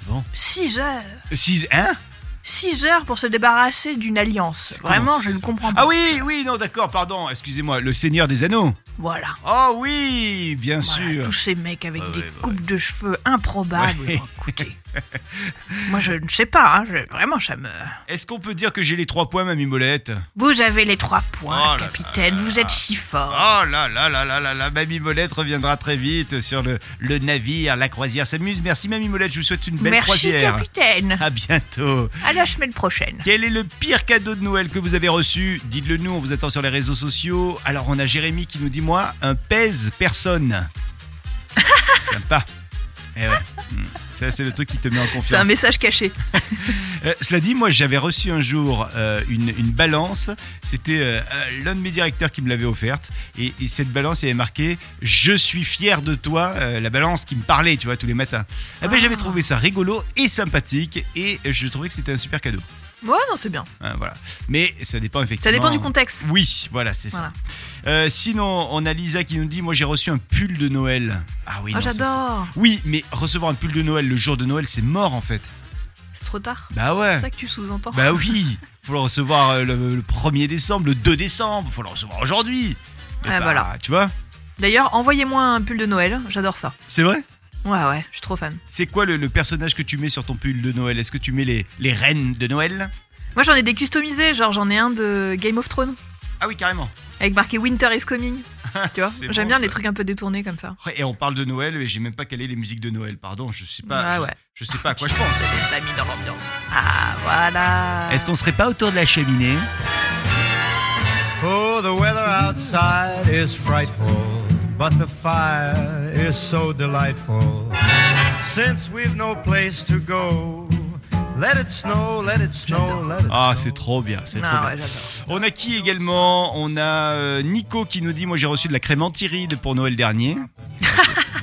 Speaker 3: Bon.
Speaker 2: 6 heures.
Speaker 3: 6 1
Speaker 2: 6 heures pour se débarrasser d'une alliance.
Speaker 3: C'est comment,
Speaker 2: Vraiment, je
Speaker 3: six
Speaker 2: ne comprends pas.
Speaker 3: Ah oui, oui, non, d'accord, pardon, excusez-moi. Le Seigneur des Anneaux.
Speaker 2: Voilà.
Speaker 3: Oh oui, bien
Speaker 2: Voilà,
Speaker 3: sûr.
Speaker 2: tous ces mecs avec
Speaker 3: Ah
Speaker 2: des
Speaker 3: ouais, bah
Speaker 2: coupes de cheveux improbables.
Speaker 3: Ouais.
Speaker 2: Bon, écoutez, moi je ne sais pas, hein, je- vraiment ça me.
Speaker 3: Est-ce qu'on peut dire que j'ai les trois points, Mamie Molette
Speaker 2: Vous avez les trois
Speaker 3: Oh
Speaker 2: points,
Speaker 3: là là
Speaker 2: capitaine,
Speaker 3: là
Speaker 2: vous
Speaker 3: là.
Speaker 2: êtes si fort.
Speaker 3: Oh là là là là là là, Mamie Molette reviendra très vite sur le, le navire, la croisière s'amuse. Merci Mamie Molette, je vous souhaite une belle
Speaker 2: Merci,
Speaker 3: croisière.
Speaker 2: capitaine.
Speaker 3: À bientôt.
Speaker 2: À la semaine prochaine.
Speaker 3: Quel est le pire cadeau de Noël que vous avez reçu Dites-le nous, on vous attend sur les réseaux sociaux. Alors on a Jérémy qui nous dit moi, un pèse
Speaker 2: [laughs]
Speaker 3: personne. Sympa. Eh ouais. Mm. Ça c'est le truc qui te met en confiance.
Speaker 2: C'est un message caché.
Speaker 3: Euh, cela dit, moi j'avais reçu un jour euh, une, une balance. C'était euh, euh, l'un de mes directeurs qui me l'avait offerte. Et, et cette balance, il y avait marqué Je suis fier de toi. euh, la balance qui me parlait, tu vois, tous les matins. Eh ben,
Speaker 2: Ah.
Speaker 3: J'avais trouvé ça rigolo et sympathique. Et je trouvais que c'était un super cadeau.
Speaker 2: Ouais, non, c'est bien.
Speaker 3: Hein, voilà. Mais ça dépend
Speaker 2: Ça
Speaker 3: effectivement.
Speaker 2: dépend du contexte.
Speaker 3: Oui, voilà, c'est
Speaker 2: Voilà.
Speaker 3: ça. Euh, sinon, on a Lisa qui nous dit Moi j'ai reçu un pull de Noël. Ah oui,
Speaker 2: Oh,
Speaker 3: non, ça,
Speaker 2: j'adore.
Speaker 3: c'est- Oui, mais recevoir un pull de Noël le jour de Noël, c'est mort en fait.
Speaker 2: C'est trop tard.
Speaker 3: Bah ouais.
Speaker 2: C'est ça que tu sous-entends.
Speaker 3: Bah oui. Faut le recevoir euh, le, le 1er décembre, le 2 décembre. Faut le recevoir aujourd'hui. Et
Speaker 2: Ah,
Speaker 3: bah,
Speaker 2: voilà.
Speaker 3: Tu vois
Speaker 2: D'ailleurs, envoyez-moi un pull de Noël, j'adore ça.
Speaker 3: C'est vrai
Speaker 2: Ouais, ouais, je suis trop fan.
Speaker 3: C'est quoi le, le personnage que tu mets sur ton pull de Noël Est-ce que tu mets les, les reines de Noël
Speaker 2: Moi, j'en ai des customisés, genre j'en ai un de Game of Thrones,
Speaker 3: Ah oui, carrément.
Speaker 2: avec marqué Winter is
Speaker 3: [laughs]
Speaker 2: coming. Tu vois,
Speaker 3: C'est
Speaker 2: j'aime
Speaker 3: bon,
Speaker 2: bien
Speaker 3: ça.
Speaker 2: les trucs un peu détournés comme ça.
Speaker 3: Et on parle de Noël, et j'ai même pas calé les musiques de Noël, pardon, je sais pas,
Speaker 2: Ah
Speaker 3: je,
Speaker 2: ouais.
Speaker 3: je sais pas à quoi je pense.
Speaker 2: T'as mis dans l'ambiance. Ah, voilà.
Speaker 3: Est-ce qu'on serait pas autour de la cheminée
Speaker 1: Oh, the weather outside is frightful, but the fire is so delightful. Since we've no place to go, let it snow, let it snow, let it
Speaker 3: Ah,
Speaker 1: snow.
Speaker 3: c'est trop bien, c'est trop
Speaker 2: Ah, ouais,
Speaker 3: bien.
Speaker 2: j'adore.
Speaker 3: On a qui également On a euh, Nico qui nous dit Moi j'ai reçu de la crème antiride pour Noël
Speaker 2: [laughs]
Speaker 3: dernier.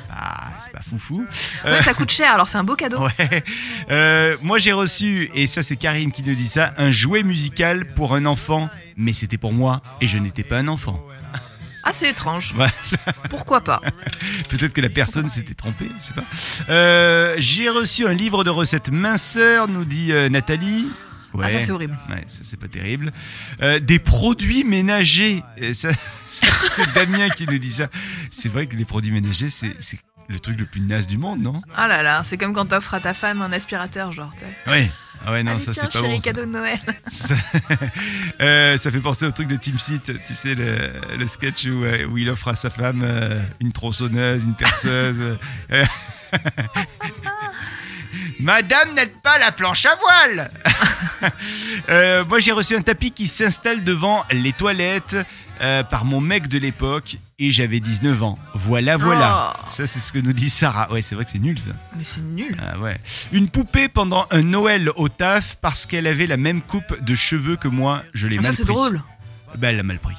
Speaker 3: ah, c'est pas foufou. Euh,
Speaker 2: Ouais, ça coûte cher, alors c'est un beau cadeau.
Speaker 3: [laughs] Ouais. Euh, moi j'ai reçu, et ça c'est Karine qui nous dit ça, un jouet musical pour un enfant. Mais c'était pour moi, et je n'étais pas un enfant.
Speaker 2: Ah, c'est étrange.
Speaker 3: Voilà.
Speaker 2: Pourquoi pas Ah,
Speaker 3: Peut-être que la personne s'était trompée, je sais pas. Euh, j'ai reçu un livre de recettes minceur, nous dit euh, Nathalie. Ouais.
Speaker 2: Ah, ça c'est horrible.
Speaker 3: Ouais, ça c'est pas terrible. Euh, des produits ménagers. Euh, ça, [laughs] ça, c'est Damien qui nous dit ça. C'est vrai que les produits ménagers, c'est c'est le truc le plus naze du monde, non
Speaker 2: Ah là là, c'est comme quand t'offres à ta femme un aspirateur, genre. t'es-
Speaker 3: Ouais. Ah ouais, non,
Speaker 2: Allez,
Speaker 3: ça
Speaker 2: tiens,
Speaker 3: c'est pas
Speaker 2: chérie,
Speaker 3: bon. Ça.
Speaker 2: cadeau de
Speaker 3: [laughs]
Speaker 2: Noël.
Speaker 3: Ça, Euh, ça fait penser au truc de Team Seat, tu sais, le, le sketch où, euh, où il offre à sa femme euh, une tronçonneuse, une perceuse. euh, [laughs] Madame n'aide pas la planche à voile [laughs] Euh, Moi j'ai reçu un tapis qui s'installe devant les toilettes euh, par mon mec de l'époque et j'avais 19 ans. Voilà, voilà.
Speaker 2: Oh.
Speaker 3: Ça c'est ce que nous dit Sarah. Ouais c'est vrai que c'est nul ça.
Speaker 2: Mais c'est nul.
Speaker 3: Ah ouais. Une poupée pendant un Noël au taf parce qu'elle avait la même coupe de cheveux que moi. Je l'ai
Speaker 2: Ah,
Speaker 3: mal
Speaker 2: ça
Speaker 3: pris.
Speaker 2: c'est drôle.
Speaker 3: Bah, elle l'a mal pris.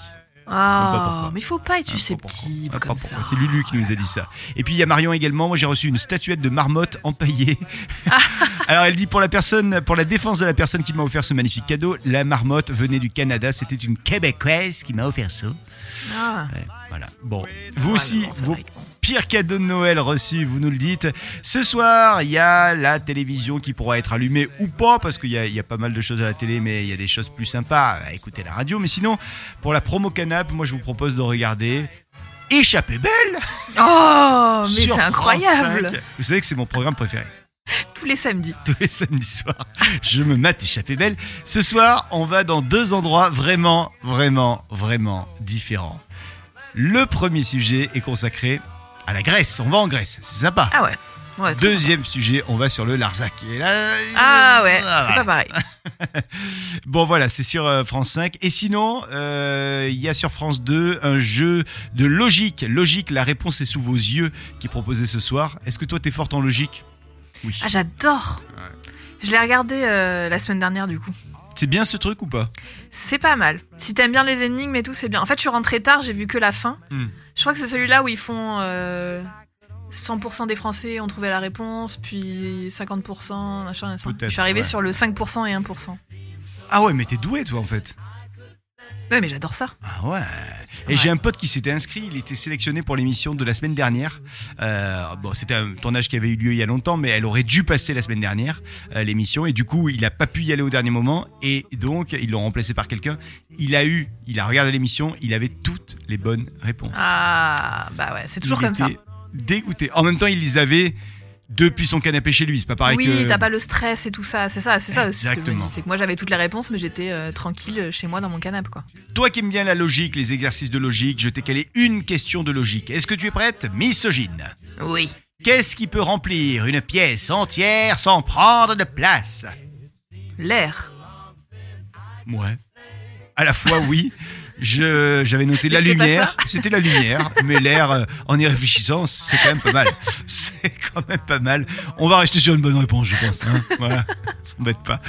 Speaker 3: pas
Speaker 2: Ah,
Speaker 3: pourquoi.
Speaker 2: mais il faut pas être
Speaker 3: Ah, pas
Speaker 2: susceptible
Speaker 3: pourquoi. Ah, pas
Speaker 2: comme ça.
Speaker 3: pourquoi. C'est Lulu qui nous a dit ça. Et puis il y a Marion également. Moi j'ai reçu une statuette de marmotte
Speaker 2: [laughs]
Speaker 3: empaillée. Alors elle dit pour la personne, pour la défense de la personne qui m'a offert ce magnifique cadeau, la marmotte venait du Canada. C'était une québécoise qui m'a offert ça.
Speaker 2: Ah.
Speaker 3: Ouais, voilà. Bon, vous
Speaker 2: Ouais,
Speaker 3: aussi,
Speaker 2: non, c'est
Speaker 3: vos
Speaker 2: vrai que bon.
Speaker 3: pire cadeau de Noël reçu, vous nous le dites. Ce soir, il y a la télévision qui pourra être allumée ou pas, parce qu'il y, a- il y a pas mal de choses à la télé, mais il y a des choses plus sympas à écouter à la radio. Mais sinon, pour la promo canap, moi je vous propose de regarder Échappée belle
Speaker 2: Oh, mais
Speaker 3: sur
Speaker 2: c'est
Speaker 3: France
Speaker 2: incroyable.
Speaker 3: 5. Vous savez que c'est mon programme préféré.
Speaker 2: Tous les samedis.
Speaker 3: Tous les samedis soirs, je me mate Échappée belle. Ce soir, on va dans deux endroits vraiment, vraiment, vraiment différents. Le premier sujet est consacré à la Grèce. On va en Grèce, c'est sympa.
Speaker 2: Ah ouais. ouais très sympa.
Speaker 3: Deuxième sujet, on va sur le Larzac. Et là- euh,
Speaker 2: Ah ouais, c'est pas
Speaker 3: voilà.
Speaker 2: pareil.
Speaker 3: Bon voilà, c'est sur euh, France 5. Et sinon, euh, il y a sur France 2 un jeu de logique. Logique, la réponse est sous vos yeux qui est proposé ce soir. Est-ce que toi, t'es forte en logique Oui.
Speaker 2: Ah, j'adore. Je l'ai regardé euh, la semaine dernière du coup.
Speaker 3: C'est bien ce truc ou pas
Speaker 2: C'est pas mal. Si t'aimes bien les énigmes et tout, c'est bien. En fait, je suis rentrée tard, j'ai vu que la fin.
Speaker 3: Hmm.
Speaker 2: Je crois que c'est celui-là où ils font euh, 100% des Français ont trouvé la réponse, puis 50%, machin, machin.
Speaker 3: Peut-être,
Speaker 2: Je suis arrivée
Speaker 3: ouais.
Speaker 2: sur le 5% et 1%.
Speaker 3: Ah ouais, mais t'es doué toi en fait.
Speaker 2: Ouais, mais j'adore ça.
Speaker 3: Ah ouais. Et
Speaker 2: Ouais.
Speaker 3: j'ai un pote qui s'était inscrit, il était sélectionné pour l'émission de la semaine dernière. Euh, bon, c'était un tournage qui avait eu lieu il y a longtemps, mais elle aurait dû passer la semaine dernière, euh, l'émission. Et du coup, il n'a pas pu y aller au dernier moment. Et donc, ils l'ont remplacé par quelqu'un. Il a eu, il a regardé l'émission, il avait toutes les bonnes réponses.
Speaker 2: Ah, bah ouais, c'est toujours
Speaker 3: Il
Speaker 2: comme ça.
Speaker 3: était Dégoûté. En même temps, il les avait depuis son canapé chez lui. C'est pas pareil
Speaker 2: oui,
Speaker 3: que.
Speaker 2: t'as pas le stress et tout ça, c'est ça, c'est ça aussi ce que je me
Speaker 3: Exactement.
Speaker 2: dis. C'est que moi j'avais toutes les réponses, mais j'étais euh, tranquille chez moi dans mon canapé quoi.
Speaker 3: Toi qui aimes bien la logique, les exercices de logique, je t'ai calé une question de logique. Est-ce que tu es prête Misogyne.
Speaker 2: Oui.
Speaker 3: Qu'est-ce qui peut remplir une pièce entière sans prendre de place
Speaker 2: L'air.
Speaker 3: Ouais. À la fois, oui. Je, j'avais noté la
Speaker 2: Mais c'était pas
Speaker 3: lumière. C'était la lumière. Mais l'air, euh, en y réfléchissant, c'est quand même pas mal. C'est quand même pas mal. On va rester sur une bonne réponse, je pense. hein. Voilà. On s'embête pas.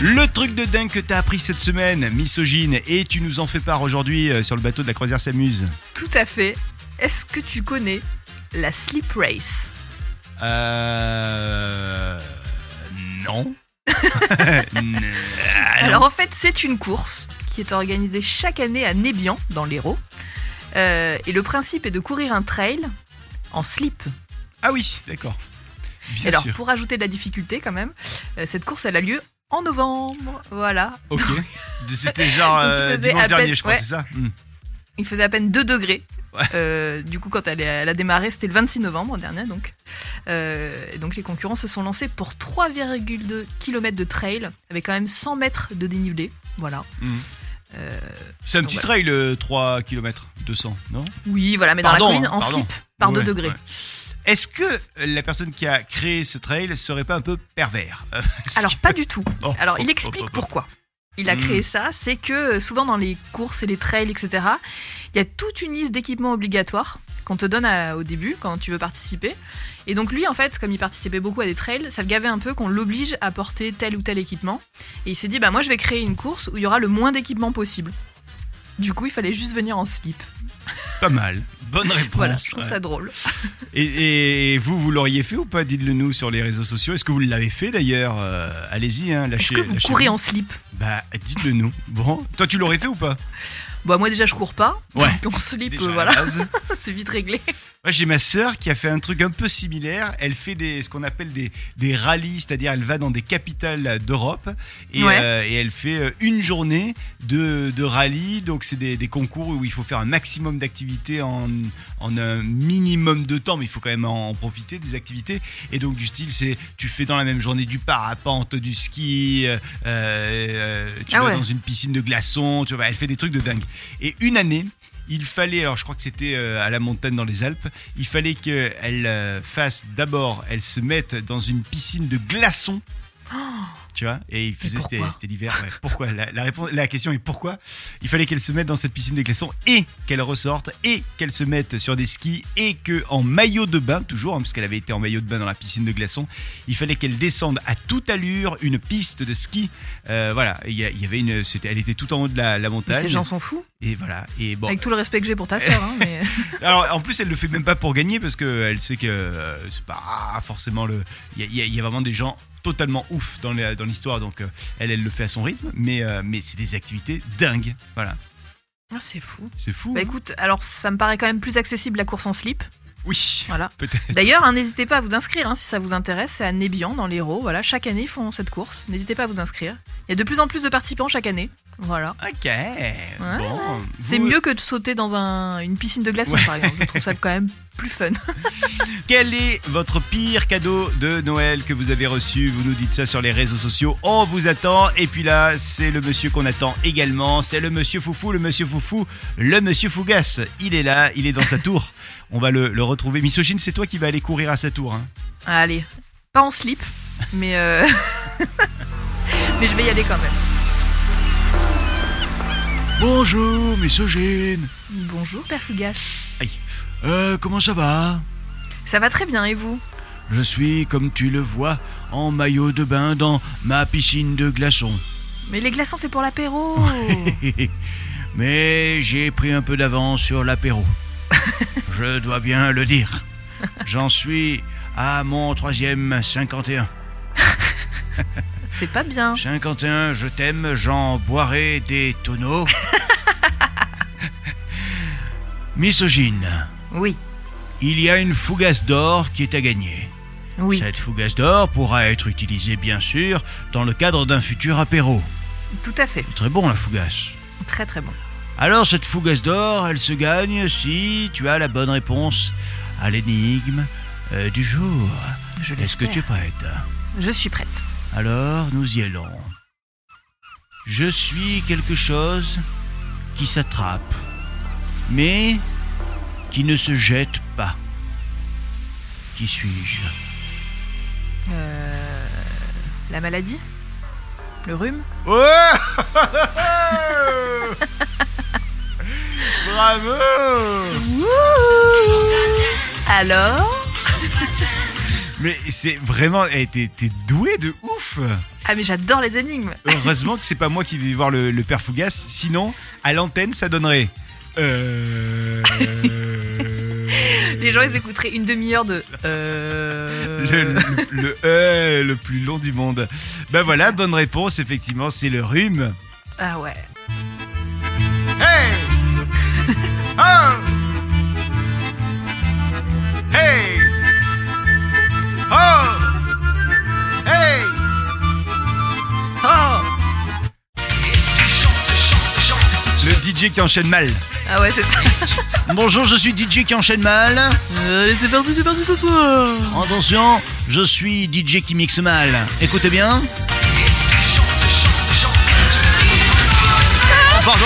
Speaker 3: Le truc de dingue que t'as appris cette semaine, misogyne, et tu nous en fais part aujourd'hui euh, sur le bateau de la croisière s'amuse.
Speaker 2: Tout à fait. Est-ce que tu connais la slip race
Speaker 3: Euh. Non. [laughs] Non.
Speaker 2: Alors en fait, c'est une course qui est organisée chaque année à Nébian, dans l'Hérault. Euh, et le principe est de courir un trail en slip.
Speaker 3: Ah oui, d'accord. Bien
Speaker 2: Et alors, [laughs]
Speaker 3: sûr.
Speaker 2: pour ajouter de la difficulté quand même, euh, cette course, elle a lieu en novembre. Voilà.
Speaker 3: Ok. C'était genre
Speaker 2: Donc, tu
Speaker 3: euh,
Speaker 2: faisais
Speaker 3: dimanche
Speaker 2: à peine-
Speaker 3: dernier, je crois,
Speaker 2: ouais.
Speaker 3: c'est ça Hmm.
Speaker 2: Il faisait à peine 2 degrés.
Speaker 3: Ouais.
Speaker 2: Euh, du coup, quand elle, est- elle a démarré, c'était le 26 novembre dernier. Donc. Euh, et donc, les concurrents se sont lancés pour 3,2 km de trail, avec quand même 100 mètres de dénivelé. Voilà.
Speaker 3: Mhm.
Speaker 2: Euh,
Speaker 3: C'est un
Speaker 2: Donc,
Speaker 3: petit
Speaker 2: voilà.
Speaker 3: trail, euh, 3 km 200, non
Speaker 2: oui, voilà, mais dans
Speaker 3: Pardon,
Speaker 2: la colline,
Speaker 3: hein,
Speaker 2: en
Speaker 3: pardon.
Speaker 2: slip, par 2
Speaker 3: Ouais,
Speaker 2: degrés.
Speaker 3: ouais. Est-ce que la personne qui a créé ce trail serait pas un peu pervers Euh, [laughs] parce
Speaker 2: Alors,
Speaker 3: que-
Speaker 2: pas du tout.
Speaker 3: Oh, [laughs]
Speaker 2: Alors,
Speaker 3: oh,
Speaker 2: il
Speaker 3: oh,
Speaker 2: explique
Speaker 3: oh, oh.
Speaker 2: pourquoi il a
Speaker 3: Hmm.
Speaker 2: créé ça. C'est que euh, souvent dans les courses et les trails, etc., il y a toute une liste d'équipements obligatoires qu'on te donne à- au début quand tu veux participer. Et donc, lui, en fait, comme il participait beaucoup à des trails, ça le gavait un peu qu'on l'oblige à porter tel ou tel équipement. Et il s'est dit, bah, moi, je vais créer une course où il y aura le moins d'équipements possible. Du coup, il fallait juste venir en slip.
Speaker 3: Pas mal.
Speaker 2: [laughs]
Speaker 3: Bonne réponse.
Speaker 2: Voilà, je trouve
Speaker 3: Ouais.
Speaker 2: ça drôle.
Speaker 3: Et, et vous, vous l'auriez fait ou pas Dites-le nous sur les réseaux sociaux. Est-ce que vous l'avez fait d'ailleurs Euh, Allez-y, hein, lâchez
Speaker 2: Est-ce que vous
Speaker 3: lâchez-
Speaker 2: courez en slip
Speaker 3: Bah, dites-le nous. Bon, toi, tu l'aurais fait ou pas
Speaker 2: Bah, moi, déjà, je cours pas.
Speaker 3: Ouais.
Speaker 2: Donc, en slip,
Speaker 3: Déjà,
Speaker 2: euh,
Speaker 3: à
Speaker 2: voilà, [laughs]
Speaker 3: la base.
Speaker 2: c'est vite réglé.
Speaker 3: Moi, j'ai ma sœur qui a fait un truc un peu similaire. Elle fait des, ce qu'on appelle des, des rallyes, c'est-à-dire elle va dans des capitales d'Europe et,
Speaker 2: Ouais.
Speaker 3: euh, et elle fait euh, une journée de, de rallye. Donc, c'est des, des concours où il faut faire un maximum d'activités en, en un minimum de temps, mais il faut quand même en, en profiter des activités. Et donc, du style, c'est tu fais dans la même journée du parapente, du ski, euh, euh, tu
Speaker 2: Ah
Speaker 3: vas
Speaker 2: ouais.
Speaker 3: dans une piscine de glaçons, tu vois, elle fait des trucs de dingue. Et une année, il fallait, alors je crois que c'était euh, à la montagne dans les Alpes, il fallait qu'elle euh, fasse d'abord, elle se mette dans une piscine de glaçons. Tu vois, et il faisait, c'était
Speaker 2: pourquoi
Speaker 3: c'était l'hiver. ouais. Pourquoi la, la réponse, la question est pourquoi Il fallait qu'elle se mette dans cette piscine de glaçons et qu'elle ressorte et qu'elle se mette sur des skis et que en maillot de bain, toujours, hein, parce qu'elle avait été en maillot de bain dans la piscine de glaçons, il fallait qu'elle descende à toute allure une piste de ski. Euh, voilà, il y, a- il y avait une, c'était- elle était tout en haut de la, la
Speaker 2: Mais
Speaker 3: montagne.
Speaker 2: ces gens sont fous.
Speaker 3: Et voilà. Et Bah, bon.
Speaker 2: Avec tout le respect que j'ai
Speaker 3: [laughs]
Speaker 2: pour ta sœur, hein, mais
Speaker 3: Alors en plus, elle le fait même pas pour gagner parce que elle sait que euh, c'est pas forcément le. Il y a- il y, a- il y a vraiment des gens totalement ouf dans la- dans l'histoire, donc euh, elle, elle le fait à son rythme, mais euh, mais c'est des activités dingues. Voilà,
Speaker 2: Ah, c'est fou.
Speaker 3: c'est fou. hein
Speaker 2: Bah écoute, alors ça me paraît quand même plus accessible la course en slip.
Speaker 3: oui. [laughs]
Speaker 2: Voilà.
Speaker 3: Peut-être.
Speaker 2: D'ailleurs, hein, n'hésitez pas à vous inscrire hein, si ça vous intéresse. C'est à Nébian dans l'Hérault. Voilà, chaque année ils font cette course. N'hésitez pas à vous inscrire. Il y a de plus en plus de participants chaque année. Voilà.
Speaker 3: Ok. bon.
Speaker 2: C'est
Speaker 3: Vous, euh,
Speaker 2: mieux que de sauter dans un- une piscine de glaçons,
Speaker 3: Ouais.
Speaker 2: par exemple. Je trouve ça quand même plus fun.
Speaker 3: Quel est votre pire cadeau de Noël que vous avez reçu Vous nous dites ça sur les réseaux sociaux. On vous attend. Et puis là, c'est le monsieur qu'on attend également. C'est le monsieur Foufou, le monsieur Foufou, le monsieur Fougas. Il est là, il est dans sa tour. On va le, le retrouver. Misogyne, c'est toi qui vas aller courir à sa tour. hein.
Speaker 2: Allez, pas en slip, mais euh, [laughs] mais je vais y aller quand même.
Speaker 3: Bonjour, Misogyne.
Speaker 2: Bonjour Père Fugas.
Speaker 3: Aïe. Euh, comment ça va
Speaker 2: Ça va très bien et vous
Speaker 3: Je suis, comme tu le vois, en maillot de bain dans ma piscine de glaçons.
Speaker 2: Mais les glaçons c'est pour l'apéro.
Speaker 3: [laughs] Mais j'ai pris un peu d'avance sur l'apéro. Je dois bien le dire. J'en suis à mon troisième 51.
Speaker 2: C'est pas bien.
Speaker 3: 51, je t'aime, j'en boirai des tonneaux. Misogyne,
Speaker 2: Oui,
Speaker 3: il y a une fougasse d'or qui est à gagner.
Speaker 2: oui.
Speaker 3: Cette fougasse d'or pourra être utilisée, bien sûr, dans le cadre d'un futur apéro.
Speaker 2: Tout à fait,
Speaker 3: Très bon, la fougasse.
Speaker 2: très très bon.
Speaker 3: Alors cette fougasse d'or, elle se gagne si tu as la bonne réponse à l'énigme euh, du jour.
Speaker 2: Je
Speaker 3: Est-ce que
Speaker 2: l'espère.
Speaker 3: tu es prête
Speaker 2: Je suis prête.
Speaker 3: Alors nous y allons. Je suis quelque chose qui s'attrape, mais qui ne se jette pas. Qui suis-je
Speaker 2: Euh, La maladie Le rhume Oh!
Speaker 3: [laughs] Bravo
Speaker 2: Alors
Speaker 3: Mais c'est vraiment... eh, T'es t'es doué de ouf
Speaker 2: Ah mais j'adore les énigmes
Speaker 3: Heureusement que c'est pas moi qui vais voir le, le père Fougas, sinon à l'antenne ça donnerait. Euh...
Speaker 2: Les gens ils écouteraient une demi-heure de... euh,
Speaker 3: Le, le, le euh le plus long du monde. Ben voilà, bonne réponse, effectivement, c'est le rhume.
Speaker 2: Ah ouais.
Speaker 3: Hey Oh Hey Oh
Speaker 2: Oh Ah,
Speaker 3: DJ qui enchaîne mal.
Speaker 2: Ah ouais, c'est ça.
Speaker 3: Bonjour, je suis DJ qui enchaîne mal.
Speaker 2: Allez, c'est parti, c'est parti ce soir.
Speaker 3: Attention, je suis DJ qui mixe mal. Écoutez bien. Ah, Pardon.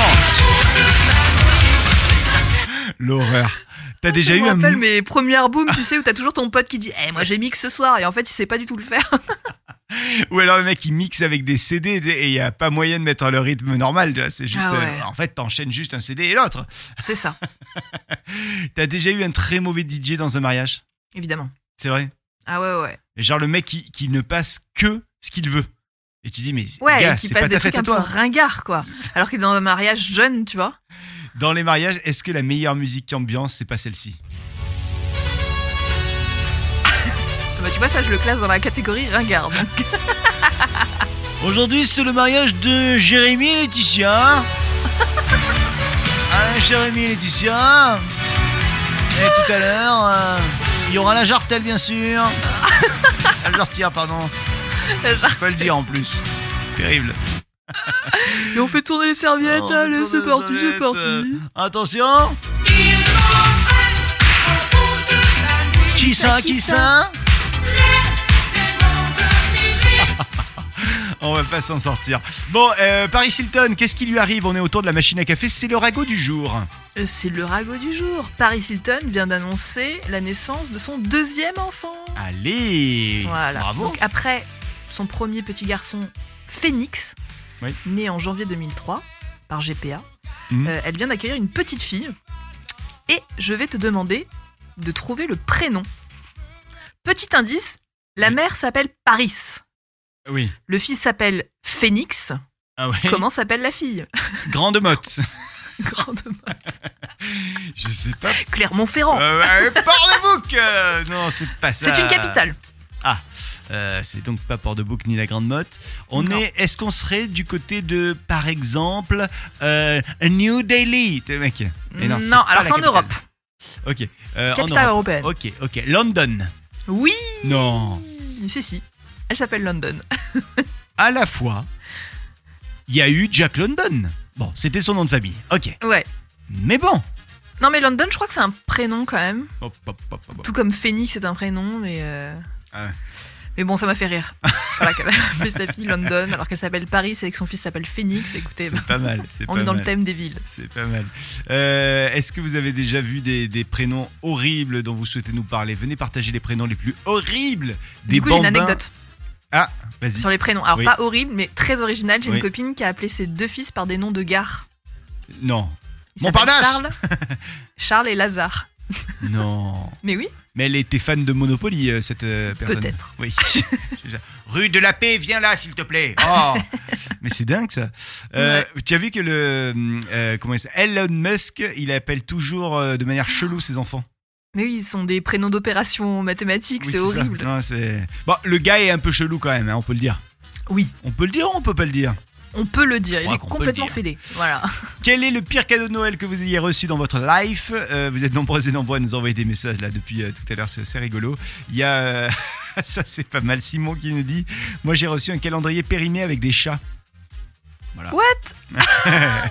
Speaker 3: L'horreur. T'as déjà
Speaker 2: Je
Speaker 3: eu
Speaker 2: me
Speaker 3: un
Speaker 2: rappelle mes premières booms,
Speaker 3: [laughs]
Speaker 2: tu sais, où t'as toujours ton pote qui dit Eh, moi j'ai mix ce soir, et en fait il sait pas du tout le
Speaker 3: [laughs]
Speaker 2: faire.
Speaker 3: Ou alors le mec il mixe avec des CD et il n'y a pas moyen de mettre le rythme normal. tu vois, C'est juste.
Speaker 2: Ah ouais.
Speaker 3: euh, en fait, t'enchaînes juste un CD et l'autre.
Speaker 2: C'est ça,
Speaker 3: T'as déjà eu un très mauvais DJ dans un mariage
Speaker 2: évidemment.
Speaker 3: C'est vrai
Speaker 2: Ah ouais, ouais.
Speaker 3: Genre le mec qui, qui ne passe que ce qu'il veut. Et tu dis, mais
Speaker 2: Ouais,
Speaker 3: gars,
Speaker 2: et qui
Speaker 3: c'est
Speaker 2: passe
Speaker 3: pas
Speaker 2: des
Speaker 3: ta
Speaker 2: trucs
Speaker 3: fête
Speaker 2: un
Speaker 3: à
Speaker 2: peu
Speaker 3: toi.
Speaker 2: ringards, quoi. Alors qu'il est dans un mariage jeune, tu vois.
Speaker 3: Dans les mariages, est-ce que la meilleure musique ambiance, c'est pas celle-ci
Speaker 2: Bah, tu vois, ça, je le classe dans la catégorie ringard. donc.
Speaker 3: Aujourd'hui, c'est le mariage de Jérémy et Laetitia. Alain, Jérémy et Laetitia. Et tout à l'heure, euh, il y aura la jartelle, bien sûr. La jartière, pardon.
Speaker 2: Genre,
Speaker 3: Je peux le dire en plus. Terrible.
Speaker 2: et on fait tourner les serviettes,
Speaker 3: Oh,
Speaker 2: allez,
Speaker 3: retourne
Speaker 2: c'est
Speaker 3: aux
Speaker 2: parti, c'est
Speaker 3: toilettes.
Speaker 2: parti.
Speaker 3: Attention. Qui ça, qui ça On va pas s'en sortir. Bon, euh, Paris Hilton, qu'est-ce qui lui arrive On est autour de la machine à café, c'est le ragot du jour.
Speaker 2: Euh, C'est le ragot du jour. Paris Hilton vient d'annoncer la naissance de son deuxième enfant.
Speaker 3: Allez
Speaker 2: Voilà.
Speaker 3: Ah Bravo
Speaker 2: Donc après son premier petit garçon, Phoenix,
Speaker 3: Oui.
Speaker 2: né en janvier 2003 par GPA,
Speaker 3: Mhm.
Speaker 2: euh, elle vient d'accueillir une petite fille. Et je vais te demander de trouver le prénom. Petit indice, la
Speaker 3: Oui.
Speaker 2: mère s'appelle Paris.
Speaker 3: Ah Oui.
Speaker 2: Le fils s'appelle Phoenix.
Speaker 3: Ah ouais
Speaker 2: Comment s'appelle la fille [laughs]
Speaker 3: Grande motte.
Speaker 2: Grande mode.
Speaker 3: Je sais pas.
Speaker 2: Clermont-Ferrand.
Speaker 3: Euh, euh, Port-de-Bouc euh, Non, c'est pas ça.
Speaker 2: C'est une capitale.
Speaker 3: Euh, c'est donc pas Port-de-Bouc ni la Grande Motte. On
Speaker 2: Non.
Speaker 3: est. Est-ce qu'on serait du côté de, par exemple, euh, New Delhi, t'es mec Mais
Speaker 2: non,
Speaker 3: c'est pas
Speaker 2: alors
Speaker 3: la
Speaker 2: c'est en
Speaker 3: capitale.
Speaker 2: Europe.
Speaker 3: Ok. euh, en
Speaker 2: Capitale
Speaker 3: Europe.
Speaker 2: européenne.
Speaker 3: Ok, ok. London.
Speaker 2: Oui
Speaker 3: Non.
Speaker 2: Si, si. Elle s'appelle London.
Speaker 3: À la fois, il y a eu Jack London. Bon, c'était son nom de famille. Ok.
Speaker 2: Ouais.
Speaker 3: Mais bon.
Speaker 2: Non, mais London, je crois que c'est un prénom quand même.
Speaker 3: Hop, hop, hop, hop, hop.
Speaker 2: Tout comme Phoenix est un prénom, mais. euh,
Speaker 3: Ah ouais.
Speaker 2: Mais bon, ça m'a fait
Speaker 3: [laughs]
Speaker 2: rire. voilà, qu'elle a appelé sa fille London, alors qu'elle s'appelle Paris et que son fils s'appelle Phoenix. Écoutez,
Speaker 3: C'est pas mal. c'est
Speaker 2: on
Speaker 3: pas
Speaker 2: est dans
Speaker 3: mal.
Speaker 2: le thème des villes.
Speaker 3: C'est pas mal. Euh, Est-ce que vous avez déjà vu des, des prénoms horribles dont vous souhaitez nous parler Venez partager les prénoms les plus horribles des
Speaker 2: du coup, j'ai une
Speaker 3: bambins.
Speaker 2: anecdote
Speaker 3: Ah, vas-y.
Speaker 2: sur les prénoms. Alors,
Speaker 3: Oui.
Speaker 2: pas horrible, mais très original. J'ai
Speaker 3: Oui.
Speaker 2: une copine qui a appelé ses deux fils par des noms de gares.
Speaker 3: Non,
Speaker 2: Ils s'appellent
Speaker 3: Montparnasse
Speaker 2: Charles,
Speaker 3: [laughs]
Speaker 2: Charles et Lazare.
Speaker 3: non.
Speaker 2: Mais oui,
Speaker 3: Mais elle était fan de Monopoly, euh, cette euh, personne.
Speaker 2: peut-être.
Speaker 3: Oui. [laughs] Rue de la Paix, viens là, s'il te plaît. Oh. Mais c'est dingue ça. Euh, Tu as vu que le euh, comment il s'appelle Elon Musk, il appelle toujours euh, de manière chelou ses enfants.
Speaker 2: Mais oui, ils sont des prénoms d'opérations mathématiques,
Speaker 3: Oui,
Speaker 2: c'est
Speaker 3: ça.
Speaker 2: horrible.
Speaker 3: Non, c'est- bon, le gars est un peu chelou quand même. hein, on peut le dire.
Speaker 2: Oui,
Speaker 3: On peut le dire ou on peut pas le dire
Speaker 2: on peut le dire. Il
Speaker 3: Ouais,
Speaker 2: est
Speaker 3: qu'on peut le
Speaker 2: complètement
Speaker 3: dire.
Speaker 2: fêlé.
Speaker 3: [laughs]
Speaker 2: Voilà.
Speaker 3: Quel est le pire cadeau de Noël que vous ayez reçu dans votre life Euh, Vous êtes nombreux et nombreux à nous envoyer des messages là depuis euh, tout à l'heure, c'est c'est rigolo. Il y a. euh, [laughs] ça, c'est pas mal. Simon qui nous dit Moi, j'ai reçu un calendrier périmé avec des chats. Voilà.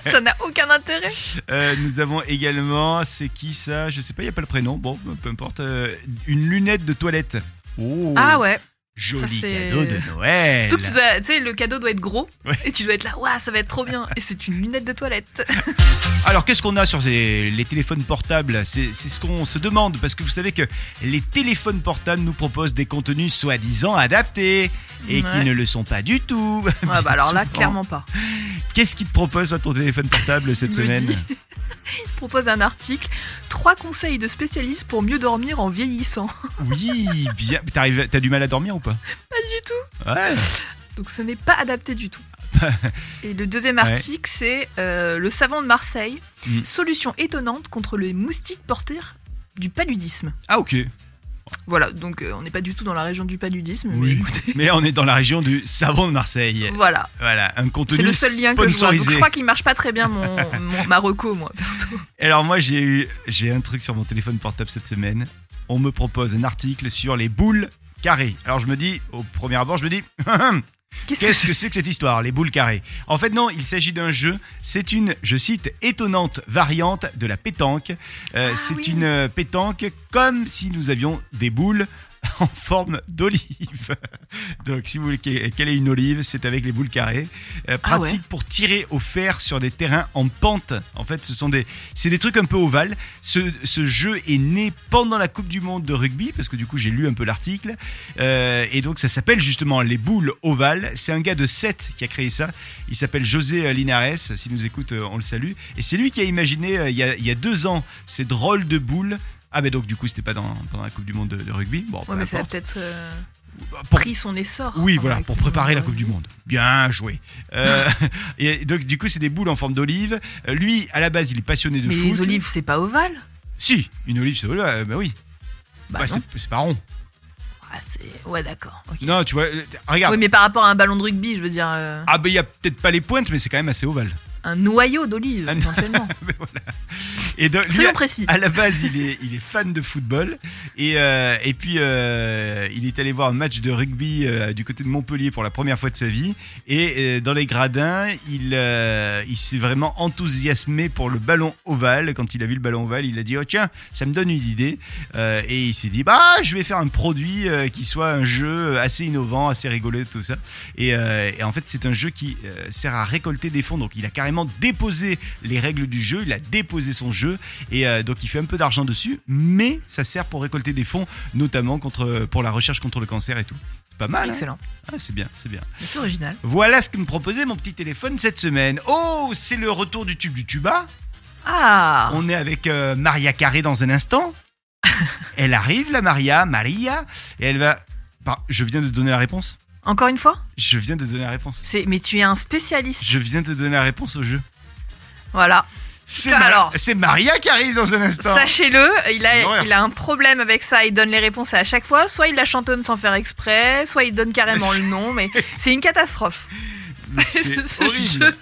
Speaker 2: ça n'a aucun intérêt.
Speaker 3: Euh, nous avons également. C'est qui ça Je sais pas, il n'y a pas le prénom. Bon, peu importe. euh, une lunette de toilette. Oh
Speaker 2: Ah ouais.
Speaker 3: Joli
Speaker 2: ça, c'est-
Speaker 3: cadeau de Noël
Speaker 2: Surtout que tu dois- tu sais, le cadeau doit être gros
Speaker 3: Ouais.
Speaker 2: et tu dois être là, waouh, ça va être trop bien. Et c'est une lunette de
Speaker 3: [laughs]
Speaker 2: toilette.
Speaker 3: Alors qu'est-ce qu'on a sur ces- les téléphones portables C'est c'est ce qu'on se demande parce que vous savez que les téléphones portables nous proposent des contenus soi-disant adaptés et qui
Speaker 2: Ouais.
Speaker 3: ne le sont pas du tout.
Speaker 2: Ouais, bah, alors là,
Speaker 3: Souvent.
Speaker 2: clairement pas.
Speaker 3: Qu'est-ce qui te propose toi, ton téléphone
Speaker 2: [laughs]
Speaker 3: portable cette
Speaker 2: Il me
Speaker 3: semaine
Speaker 2: dit- Il propose un article trois conseils de spécialistes pour mieux dormir en vieillissant.
Speaker 3: Oui, bien. T'arrives- T'as du mal à dormir ou pas
Speaker 2: pas du tout.
Speaker 3: Ouais.
Speaker 2: Donc ce n'est pas adapté du
Speaker 3: [laughs]
Speaker 2: tout. Et le deuxième
Speaker 3: Ouais.
Speaker 2: article, c'est euh, le savon de Marseille,
Speaker 3: Mm.
Speaker 2: solution étonnante contre les moustiques porteurs du paludisme.
Speaker 3: Ah ok.
Speaker 2: Voilà, donc euh, on n'est pas du tout dans la région du paludisme.
Speaker 3: Oui. Eh,
Speaker 2: Mais écoutez,
Speaker 3: Mais on est dans la région du savon de Marseille.
Speaker 2: [laughs] voilà.
Speaker 3: Voilà, un contenu
Speaker 2: Oh. C'est le seul lien que je vois. Donc,
Speaker 3: sponsorisé.
Speaker 2: je crois qu'il marche pas très bien mon, mon ma reco, moi, perso.
Speaker 3: Alors moi j'ai eu j'ai un truc sur mon téléphone portable cette semaine.
Speaker 2: [laughs]
Speaker 3: On me propose un article sur les boules carrées. Alors je me dis au premier abord je me dis
Speaker 2: Qu'est-ce que
Speaker 3: Qu'est-ce
Speaker 2: c'est
Speaker 3: que c'est que cette histoire, les boules carrées En fait, non, il s'agit d'un jeu. C'est une, je cite, étonnante variante de la pétanque. Euh,
Speaker 2: Ah
Speaker 3: c'est
Speaker 2: oui.
Speaker 3: une euh, pétanque comme si nous avions des boules [laughs] en forme d'olive. [laughs] Donc, si vous voulez que- quelle est une olive, c'est avec les boules carrées. Euh,
Speaker 2: Ah ouais.
Speaker 3: pratique pour tirer au fer sur des terrains en pente. En fait, ce sont des, c'est des trucs un peu ovales. Ce, ce jeu est né pendant la Coupe du Monde de rugby, parce que du coup, j'ai lu un peu l'article. Euh, et donc, ça s'appelle justement les boules ovales. C'est un gars de 7 qui a créé ça. Il s'appelle José euh, Linares. S'il nous écoute, euh, on le salue. Et c'est lui qui a imaginé, euh, il y a, il y a deux ans, ces drôles de boules. Ah, mais donc, du coup, c'était pas dans, pendant la Coupe du Monde de, de rugby. Bon, peu
Speaker 2: Ouais, mais ça a
Speaker 3: importe.
Speaker 2: peut-être euh,
Speaker 3: Pour-
Speaker 2: pris son essor. hein, euh,
Speaker 3: oui,
Speaker 2: pendant
Speaker 3: voilà,
Speaker 2: la
Speaker 3: pour préparer la Coupe du
Speaker 2: Monde.
Speaker 3: Monde. Bien joué. Euh, [laughs] et donc, du coup, c'est des boules en forme d'olive. Euh, Lui, à la base, il est passionné de
Speaker 2: Mais
Speaker 3: foot.
Speaker 2: les olives, c'est pas ovale
Speaker 3: Si, une olive, c'est euh, bah oui.
Speaker 2: Bah
Speaker 3: Ouais,
Speaker 2: non.
Speaker 3: c'est c'est pas rond.
Speaker 2: Ah, c'est- ouais, d'accord. ok.
Speaker 3: Non, tu vois, euh, regarde.
Speaker 2: Oui, mais par rapport à un ballon de rugby, je veux dire, euh,
Speaker 3: Ah, bah il y a peut-être pas les pointes, mais c'est quand même assez ovale.
Speaker 2: un noyau d'olive,
Speaker 3: Un- [laughs]
Speaker 2: éventuellement.
Speaker 3: Mais voilà. Et donc, lui,
Speaker 2: Soyons
Speaker 3: à,
Speaker 2: précis.
Speaker 3: à la base, il est, il est fan de football. Et, euh, et puis, euh, il est allé voir un match de rugby euh, du côté de Montpellier pour la première fois de sa vie. Et euh, dans les gradins, il, euh, il s'est vraiment enthousiasmé pour le ballon ovale. Quand il a vu le ballon ovale, il a dit Oh, tiens, ça me donne une idée. Euh, et il s'est dit Bah, je vais faire un produit euh, qui soit un jeu assez innovant, assez rigolo, tout ça. Et, euh, et en fait, c'est un jeu qui euh, sert à récolter des fonds. Donc, il a carrément déposé les règles du jeu, il a déposé son jeu, et euh, donc il fait un peu d'argent dessus, mais ça sert pour récolter des fonds, notamment contre, pour la recherche contre le cancer et tout. C'est pas mal, hein
Speaker 2: Excellent.
Speaker 3: Ah, c'est bien, c'est bien.
Speaker 2: Mais C'est original.
Speaker 3: Voilà ce que me proposait mon petit téléphone cette semaine. Oh, c'est le retour du tube du tuba.
Speaker 2: Ah
Speaker 3: On est avec euh, Maria Carré dans
Speaker 2: [laughs]
Speaker 3: un instant. elle arrive, la Maria, Maria, et elle va. Bah, je viens de donner la réponse.
Speaker 2: Encore une fois
Speaker 3: Je viens de donner la réponse.
Speaker 2: C'est- Mais tu es un spécialiste.
Speaker 3: Je viens de donner la réponse au jeu.
Speaker 2: Voilà.
Speaker 3: C'est
Speaker 2: Putain,
Speaker 3: Mar-
Speaker 2: alors.
Speaker 3: c'est Maria qui arrive dans un instant.
Speaker 2: Sachez-le, il
Speaker 3: C'est une
Speaker 2: a,
Speaker 3: horreur.
Speaker 2: il a un problème avec ça. Il donne les réponses à chaque fois. Soit il la chantonne sans faire exprès, soit il donne carrément
Speaker 3: Mais
Speaker 2: le nom. Mais c'est une catastrophe.
Speaker 3: Mais
Speaker 2: C'est- [laughs]
Speaker 3: C'est
Speaker 2: ce
Speaker 3: horrible.
Speaker 2: jeu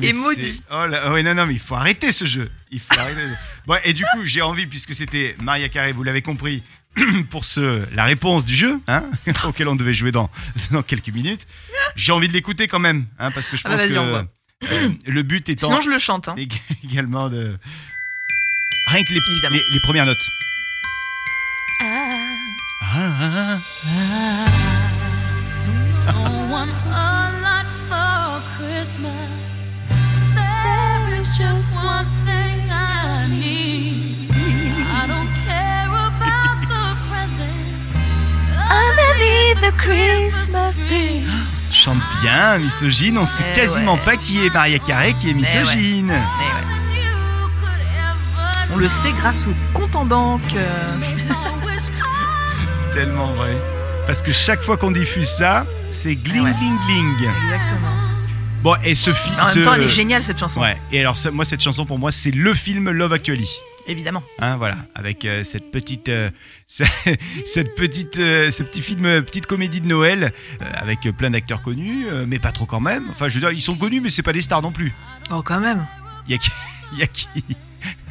Speaker 3: Mais
Speaker 2: est maudit.
Speaker 3: c'est- Oh là, ouais, non, non, mais il faut arrêter ce jeu. Il faut arrêter. Bon, et du coup, j'ai envie, puisque c'était Maria Carré, vous l'avez compris, [clears throat] pour ce, la réponse du jeu, hein, [laughs] auquel on devait jouer dans, [laughs] dans quelques minutes, j'ai envie de l'écouter quand même, hein, parce que je
Speaker 2: Ah bah,
Speaker 3: pense
Speaker 2: vas-y, on voit.
Speaker 3: que euh, le but étant
Speaker 2: Sinon, je le chante. hein.
Speaker 3: ég- [laughs] également de. Rien que les, petites-
Speaker 2: Évidemment.
Speaker 3: les, les premières notes. Ah, ah, ah.
Speaker 5: No one unlike for Christmas. There is just one thing I need. I don't care about the presents underneath the Christmas tree.
Speaker 3: Chante bien, misogyne. On sait
Speaker 2: Eh
Speaker 3: quasiment
Speaker 2: ouais. Eh
Speaker 3: pas qui est Maria Carré, qui est misogyne.
Speaker 2: Mais Eh ouais.
Speaker 5: You could ever
Speaker 2: On le sait grâce au compte en banque. euh,
Speaker 5: make my wish
Speaker 3: Tellement vrai. Parce que chaque fois qu'on diffuse ça, c'est gling
Speaker 2: Eh Ouais.
Speaker 3: gling gling.
Speaker 2: Exactement.
Speaker 3: Bon, et ce film.
Speaker 2: En même temps, elle est géniale cette chanson.
Speaker 3: Ouais, et alors, ça- moi, cette chanson pour moi, c'est le film Love Actually.
Speaker 2: Évidemment.
Speaker 3: Hein, voilà, avec euh, cette petite, euh, [laughs] ce- cette petite, euh, ce petit film, euh, petite comédie de Noël, euh, avec euh, plein d'acteurs connus, euh, mais pas trop quand même. Enfin, je veux dire, ils sont connus, mais c'est pas des stars non plus.
Speaker 2: Oh, quand même.
Speaker 3: Il y a qui, [laughs] il y a qui,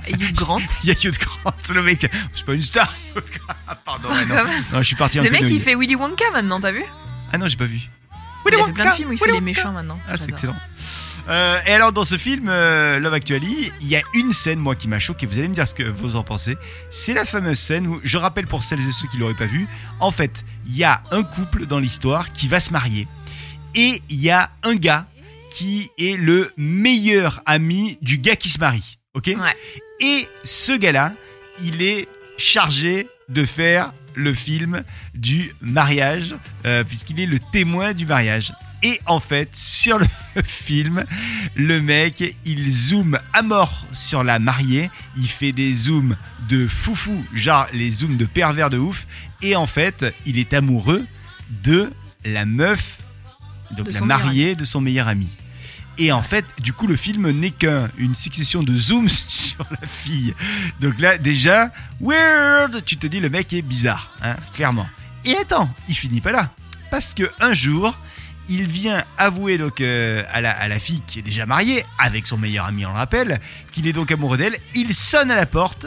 Speaker 2: Hugh Grant.
Speaker 3: il y a qui autre grand, le mec, c'est pas une star. Ah, Pardon, ouais,
Speaker 2: [laughs]
Speaker 3: non.
Speaker 2: Quand même.
Speaker 3: Non, je suis parti [laughs] un
Speaker 2: Le
Speaker 3: peu
Speaker 2: mec,
Speaker 3: de-
Speaker 2: il fait Willy Wonka maintenant, t'as vu
Speaker 3: Ah non, j'ai pas vu.
Speaker 2: Il a fait plein de films où il fait
Speaker 3: Willy
Speaker 2: les
Speaker 3: Wonka.
Speaker 2: méchants maintenant.
Speaker 3: Ah, c'est
Speaker 2: J'adore.
Speaker 3: excellent. Euh, et alors, dans ce film, euh, Love Actually, il y a une scène, moi, qui m'a choqué. Vous allez me dire ce que vous en pensez. C'est la fameuse scène où, je rappelle pour celles et ceux qui l'auraient pas vu, en fait, il y a un couple dans l'histoire qui va se marier. Et il y a un gars qui est le meilleur ami du gars qui se marie. Ok
Speaker 2: Ouais.
Speaker 3: Et ce gars-là, il est chargé de faire le film du mariage, euh, puisqu'il est le témoin du mariage. Et en fait, sur le [laughs] film, le mec, il zoome à mort sur la mariée. Il fait des zooms de foufou, genre les zooms de pervers de ouf. Et en fait, il est amoureux de la meuf, donc
Speaker 2: De
Speaker 3: la
Speaker 2: son meilleur
Speaker 3: mariée de son meilleur ami. Et en fait, du coup, le film n'est qu'une succession de zooms [laughs] sur la fille. Donc là, déjà, weird, tu te dis le mec est bizarre, hein, clairement. Et attends, il finit pas là. Parce que un jour, il vient avouer donc euh, à, la, à la fille qui est déjà mariée, avec son meilleur ami, on le rappelle, qu'il est donc amoureux d'elle. Il sonne à la porte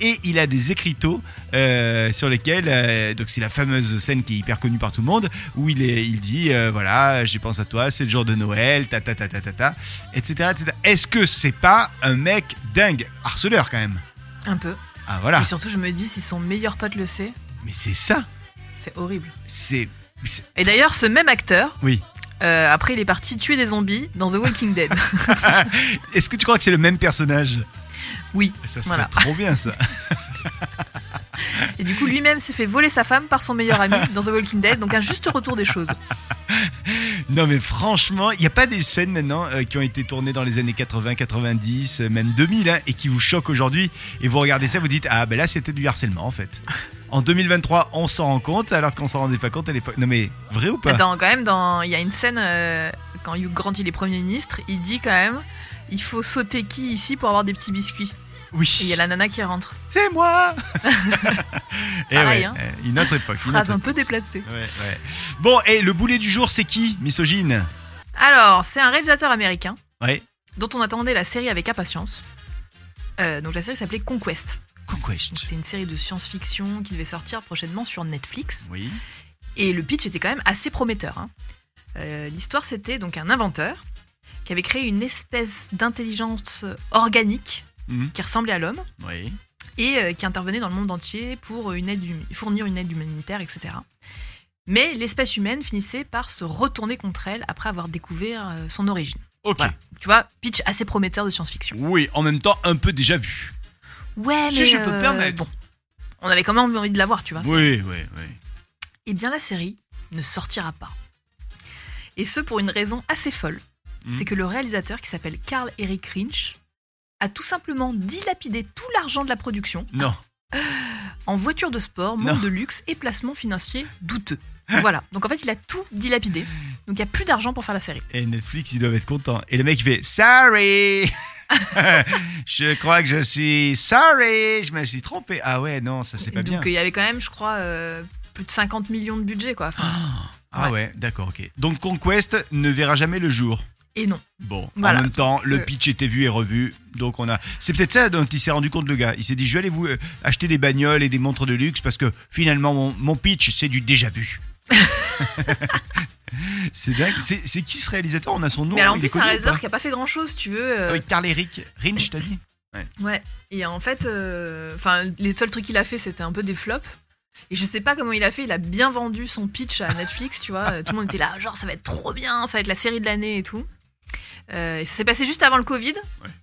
Speaker 3: et il a des écriteaux euh, sur lesquels, euh, donc c'est la fameuse scène qui est hyper connue par tout le monde, où il, est, il dit euh, voilà, j'ai pensé à toi, c'est le jour de Noël, ta ta ta ta ta ta, etc. etc. Est-ce que c'est pas un mec dingue, harceleur quand même
Speaker 2: Un peu.
Speaker 3: Ah voilà,
Speaker 2: Et surtout, je me dis, si son meilleur pote le sait,
Speaker 3: mais c'est ça,
Speaker 2: c'est horrible.
Speaker 3: c'est. c'est-
Speaker 2: Et d'ailleurs, ce même acteur,
Speaker 3: Oui.
Speaker 2: euh, après, il est parti tuer des zombies dans The Walking Dead.
Speaker 3: Est-ce que tu crois que c'est le même personnage
Speaker 2: [laughs] oui.
Speaker 3: Ça serait
Speaker 2: Voilà.
Speaker 3: trop bien ça.
Speaker 2: Et du coup, lui-même s'est fait voler sa femme par son meilleur ami dans The Walking Dead. Donc, un juste retour des choses.
Speaker 3: Non mais franchement, il n'y a pas des scènes maintenant euh, qui ont été tournées dans les années 80, 90, euh, même 2000 hein, et qui vous choquent aujourd'hui et vous regardez ça, vous dites ah ben là c'était du harcèlement en fait. En 2023, on s'en rend compte alors qu'on s'en rendait pas compte à l'époque. Non mais vrai ou pas
Speaker 2: Attends, quand même, dans- il y a une scène euh, quand Hugh Grant il est premier ministre, il dit quand même il faut sauter qui ici pour avoir des petits biscuits. Et il y
Speaker 3: Oui.
Speaker 2: a la nana qui rentre.
Speaker 3: C'est
Speaker 2: [laughs]
Speaker 3: moi. et
Speaker 2: Pareil,
Speaker 3: ouais,
Speaker 2: hein.
Speaker 3: euh, une autre époque. une
Speaker 2: Phrase
Speaker 3: autre
Speaker 2: un peu déplacée.
Speaker 3: époque. Ouais, ouais. Bon et le boulet du jour c'est qui Misogyne.
Speaker 2: Alors, c'est un réalisateur américain
Speaker 3: Ouais.
Speaker 2: dont on attendait la série avec impatience. Euh, donc la série s'appelait Conquest. Donc,
Speaker 3: Conquest.
Speaker 2: C'était une série de science-fiction qui devait sortir prochainement sur Netflix.
Speaker 3: Oui.
Speaker 2: Et le pitch était quand même assez prometteur. hein. Euh, L'histoire, c'était donc un inventeur qui avait créé une espèce d'intelligence organique
Speaker 3: Mhm.
Speaker 2: qui ressemblait à l'homme
Speaker 3: Oui.
Speaker 2: et euh, qui intervenait dans le monde entier pour une aide hum- fournir une aide humanitaire, etc. Mais l'espèce humaine finissait par se retourner contre elle après avoir découvert euh, son origine.
Speaker 3: Ok.
Speaker 2: Voilà. Tu vois, pitch assez prometteur de science-fiction.
Speaker 3: Oui. En même temps un peu déjà vu.
Speaker 2: Ouais,
Speaker 3: Si
Speaker 2: mais
Speaker 3: je peux me
Speaker 2: euh,
Speaker 3: permettre.
Speaker 2: bon, on avait quand même envie de la voir, tu vois.
Speaker 3: Oui oui oui.
Speaker 2: Eh bien, la série ne sortira pas. Et ce pour une raison assez folle.
Speaker 3: Mhm.
Speaker 2: C'est que le réalisateur qui s'appelle Karl Eric Rinch a tout simplement dilapidé tout l'argent de la production
Speaker 3: Non.
Speaker 2: en voitures de sport,
Speaker 3: Non. Ah.
Speaker 2: monde de luxe et placements financiers douteux. voilà. Donc en fait, il a tout dilapidé. Donc il n'y a plus d'argent pour faire la série.
Speaker 3: Et Netflix, ils doivent être contents. Et le mec, il
Speaker 2: [laughs]
Speaker 3: fait Sorry Je crois que je suis sorry Je me suis trompé. Ah ouais, non, ça c'est pas
Speaker 2: Donc
Speaker 3: bien.
Speaker 2: il y avait quand même, je crois, euh, plus de 50 millions de budget quoi. Enfin, euh,
Speaker 3: Ah ouais, d'accord, ok. Donc Conquest ne verra jamais le jour.
Speaker 2: et non.
Speaker 3: Bon,
Speaker 2: Voilà.
Speaker 3: en même temps, le
Speaker 2: Euh.
Speaker 3: pitch était vu et revu. Donc on a. C'est peut-être ça dont il s'est rendu compte, le gars. Il s'est dit Je vais aller vous euh, acheter des bagnoles et des montres de luxe parce que finalement, mon, mon pitch, c'est du
Speaker 2: [laughs]
Speaker 3: déjà vu. c'est dingue. C'est c'est qui ce réalisateur On a son nom. hein,
Speaker 2: Mais alors en
Speaker 3: il
Speaker 2: plus,
Speaker 3: est
Speaker 2: c'est
Speaker 3: connu
Speaker 2: un
Speaker 3: ou pas
Speaker 2: réalisateur qui a pas fait grand chose, tu veux. euh,
Speaker 3: Ah oui, Carl Eric Rinch, t'as dit
Speaker 2: Ouais, et en fait, euh, enfin, les seuls trucs qu'il a fait, c'était un peu des flops. Et je sais pas comment il a fait, il a bien vendu son pitch à Netflix, tu vois. Euh, Tout le monde était là, genre, ça va être trop bien, ça va être la série de l'année et tout. Euh, et ça s'est passé juste avant le Covid.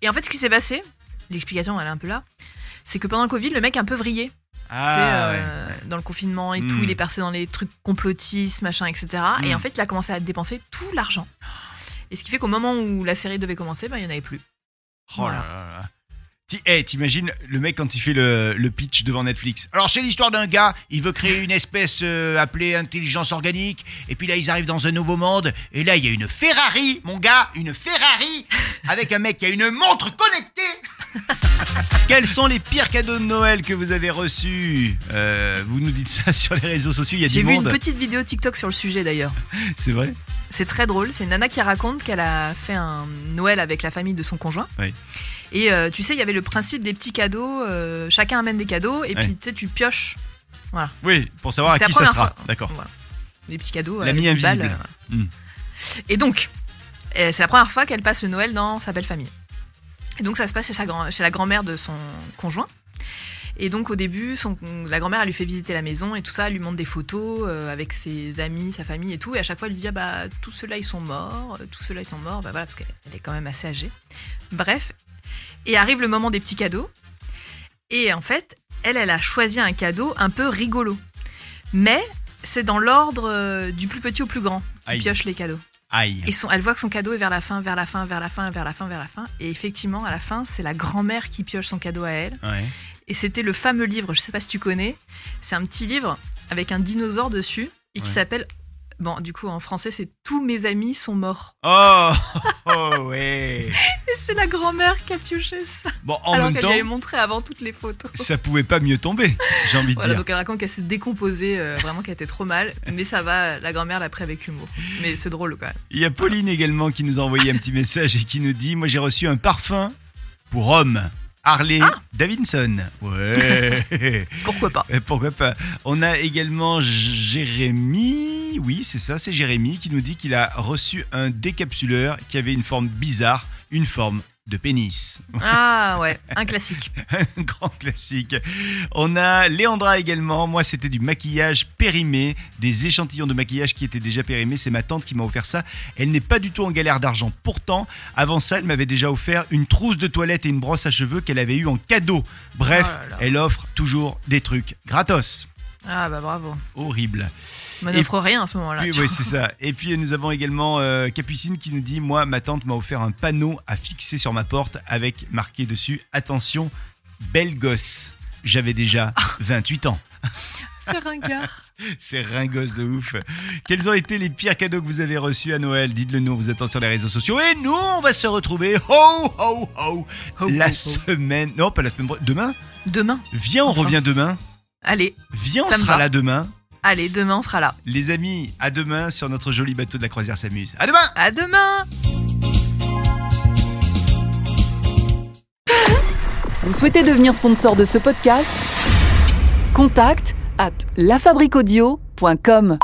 Speaker 2: Et en fait, ce qui s'est passé, l'explication, elle est un peu là, c'est que pendant le Covid, le mec a un peu vrillé. tu sais, euh, dans le confinement et tout,
Speaker 3: Ah, Hmm.
Speaker 2: il est passé dans les trucs complotistes, machin, etc.
Speaker 3: Hmm.
Speaker 2: Et en fait, il a commencé à dépenser tout l'argent. Et ce qui fait qu'au moment où la série devait commencer, ben, il n'y en avait plus.
Speaker 3: Oh là
Speaker 2: Voilà.
Speaker 3: là là. Ti- eh, t'imagines le mec quand il fait le, le pitch devant Netflix. Alors c'est l'histoire d'un gars, il veut créer une espèce euh, appelée intelligence organique, et puis là ils arrivent dans un nouveau monde, et là il y a une Ferrari, mon gars, une [laughs] Ferrari, avec un mec qui a une montre connectée. [laughs] Quels sont les pires cadeaux de Noël que vous avez reçus Euh, Vous nous dites ça [laughs] sur les réseaux sociaux, il y a
Speaker 2: J'ai
Speaker 3: du
Speaker 2: vu
Speaker 3: monde.
Speaker 2: une petite vidéo TikTok sur le sujet d'ailleurs.
Speaker 3: C'est vrai
Speaker 2: C'est très drôle. C'est une nana qui raconte qu'elle a fait un Noël avec la famille de son conjoint.
Speaker 3: Oui.
Speaker 2: Et euh, tu sais, il y avait le principe des petits cadeaux. euh, chacun amène des cadeaux et
Speaker 3: Ouais.
Speaker 2: puis tu sais, tu pioches
Speaker 3: Oui, pour savoir à
Speaker 2: C'est la
Speaker 3: qui ça
Speaker 2: première
Speaker 3: sera.
Speaker 2: fois.
Speaker 3: D'accord.
Speaker 2: les petits cadeaux.
Speaker 3: L'ami
Speaker 2: avec des
Speaker 3: invisible.
Speaker 2: balles, euh,
Speaker 3: Hmm.
Speaker 2: Et donc, euh, c'est la première fois qu'elle passe le Noël dans sa belle famille. Et donc, ça se passe chez, sa grand- chez la grand-mère de son conjoint. Et donc, au début, son, la grand-mère, elle lui fait visiter la maison et tout ça, elle lui montre des photos euh, avec ses amis, sa famille et tout. Et à chaque fois, elle lui dit Ah bah, tous ceux-là, ils sont morts, euh, tous ceux-là, ils sont morts. Bah voilà, parce qu'elle elle est quand même assez âgée. Bref. Et arrive le moment des petits cadeaux. Et en fait, elle, elle a choisi un cadeau un peu rigolo. Mais c'est dans l'ordre euh, du plus petit au plus grand qui
Speaker 3: Aïe.
Speaker 2: pioche les cadeaux.
Speaker 3: Aïe.
Speaker 2: Et son- elle voit que son cadeau est vers la fin, vers la fin, vers la fin, vers la fin, vers la fin. Et effectivement, à la fin, c'est la grand-mère qui pioche son cadeau à elle.
Speaker 3: Ouais.
Speaker 2: Et c'était le fameux livre, je sais pas si tu connais, c'est un petit livre avec un dinosaure dessus et qui
Speaker 3: Ouais.
Speaker 2: s'appelle. Bon, du coup, en français, c'est Tous mes amis sont morts.
Speaker 3: Oh, [laughs] oh ouais.
Speaker 2: Et c'est la grand-mère qui a pioché ça.
Speaker 3: Bon, en
Speaker 2: alors
Speaker 3: même
Speaker 2: qu'elle
Speaker 3: temps,
Speaker 2: lui avait montré avant toutes les photos.
Speaker 3: ça pouvait pas mieux tomber, j'ai envie de
Speaker 2: Voilà,
Speaker 3: dire.
Speaker 2: donc elle raconte qu'elle s'est décomposée, euh, vraiment qu'elle était trop mal. Mais ça va, la grand-mère l'a pris avec humour. Mais c'est drôle quand même.
Speaker 3: Il y a Pauline également
Speaker 2: Ah
Speaker 3: qui nous a envoyé un petit message et qui nous dit Moi, j'ai reçu un parfum pour homme, Harley Davidson. Ouais. [laughs]
Speaker 2: Pourquoi pas
Speaker 3: Euh, Pourquoi pas On a également J- Jérémy, oui c'est ça, c'est Jérémy qui nous dit qu'il a reçu un décapsuleur qui avait une forme bizarre, une forme de pénis.
Speaker 2: Ah ouais, un classique.
Speaker 3: [laughs] un grand classique. On a Léandra également, moi c'était du maquillage périmé, des échantillons de maquillage qui étaient déjà périmés, c'est ma tante qui m'a offert ça. Elle n'est pas du tout en galère d'argent. Pourtant, avant ça, elle m'avait déjà offert une trousse de toilette et une brosse à cheveux qu'elle avait eu en cadeau. Bref,
Speaker 2: Oh là là.
Speaker 3: elle offre toujours des trucs gratos.
Speaker 2: Ah bah bravo.
Speaker 3: Horrible.
Speaker 2: On
Speaker 3: Et-
Speaker 2: n'offre rien à ce moment-là.
Speaker 3: Oui,
Speaker 2: tu
Speaker 3: oui, c'est ça. Et puis euh, nous avons également euh, Capucine qui nous dit Moi, ma tante m'a offert un panneau à fixer sur ma porte avec marqué dessus Attention, belle gosse. J'avais déjà
Speaker 2: Ah.
Speaker 3: 28 ans.
Speaker 2: vois. C'est ringard.
Speaker 3: C'est ringos de ouf. Quels ont été les pires cadeaux que vous avez reçus à Noël Dites-le nous, on vous attend sur les réseaux sociaux. Et nous, on va se retrouver ho ho ho,
Speaker 2: Ho,
Speaker 3: la
Speaker 2: ho, ho.
Speaker 3: semaine. Non, pas la semaine pro- Demain
Speaker 2: Demain.
Speaker 3: Viens, on
Speaker 2: Enfin.
Speaker 3: revient demain.
Speaker 2: Allez,
Speaker 3: Viens, on
Speaker 2: Ça me
Speaker 3: sera
Speaker 2: va.
Speaker 3: là demain.
Speaker 2: allez, demain on sera là.
Speaker 3: Les amis, à demain sur notre joli bateau de la croisière s'amuse. À demain
Speaker 2: À demain.
Speaker 6: Vous souhaitez devenir sponsor de ce podcast Contact à lafabriquaudio.com.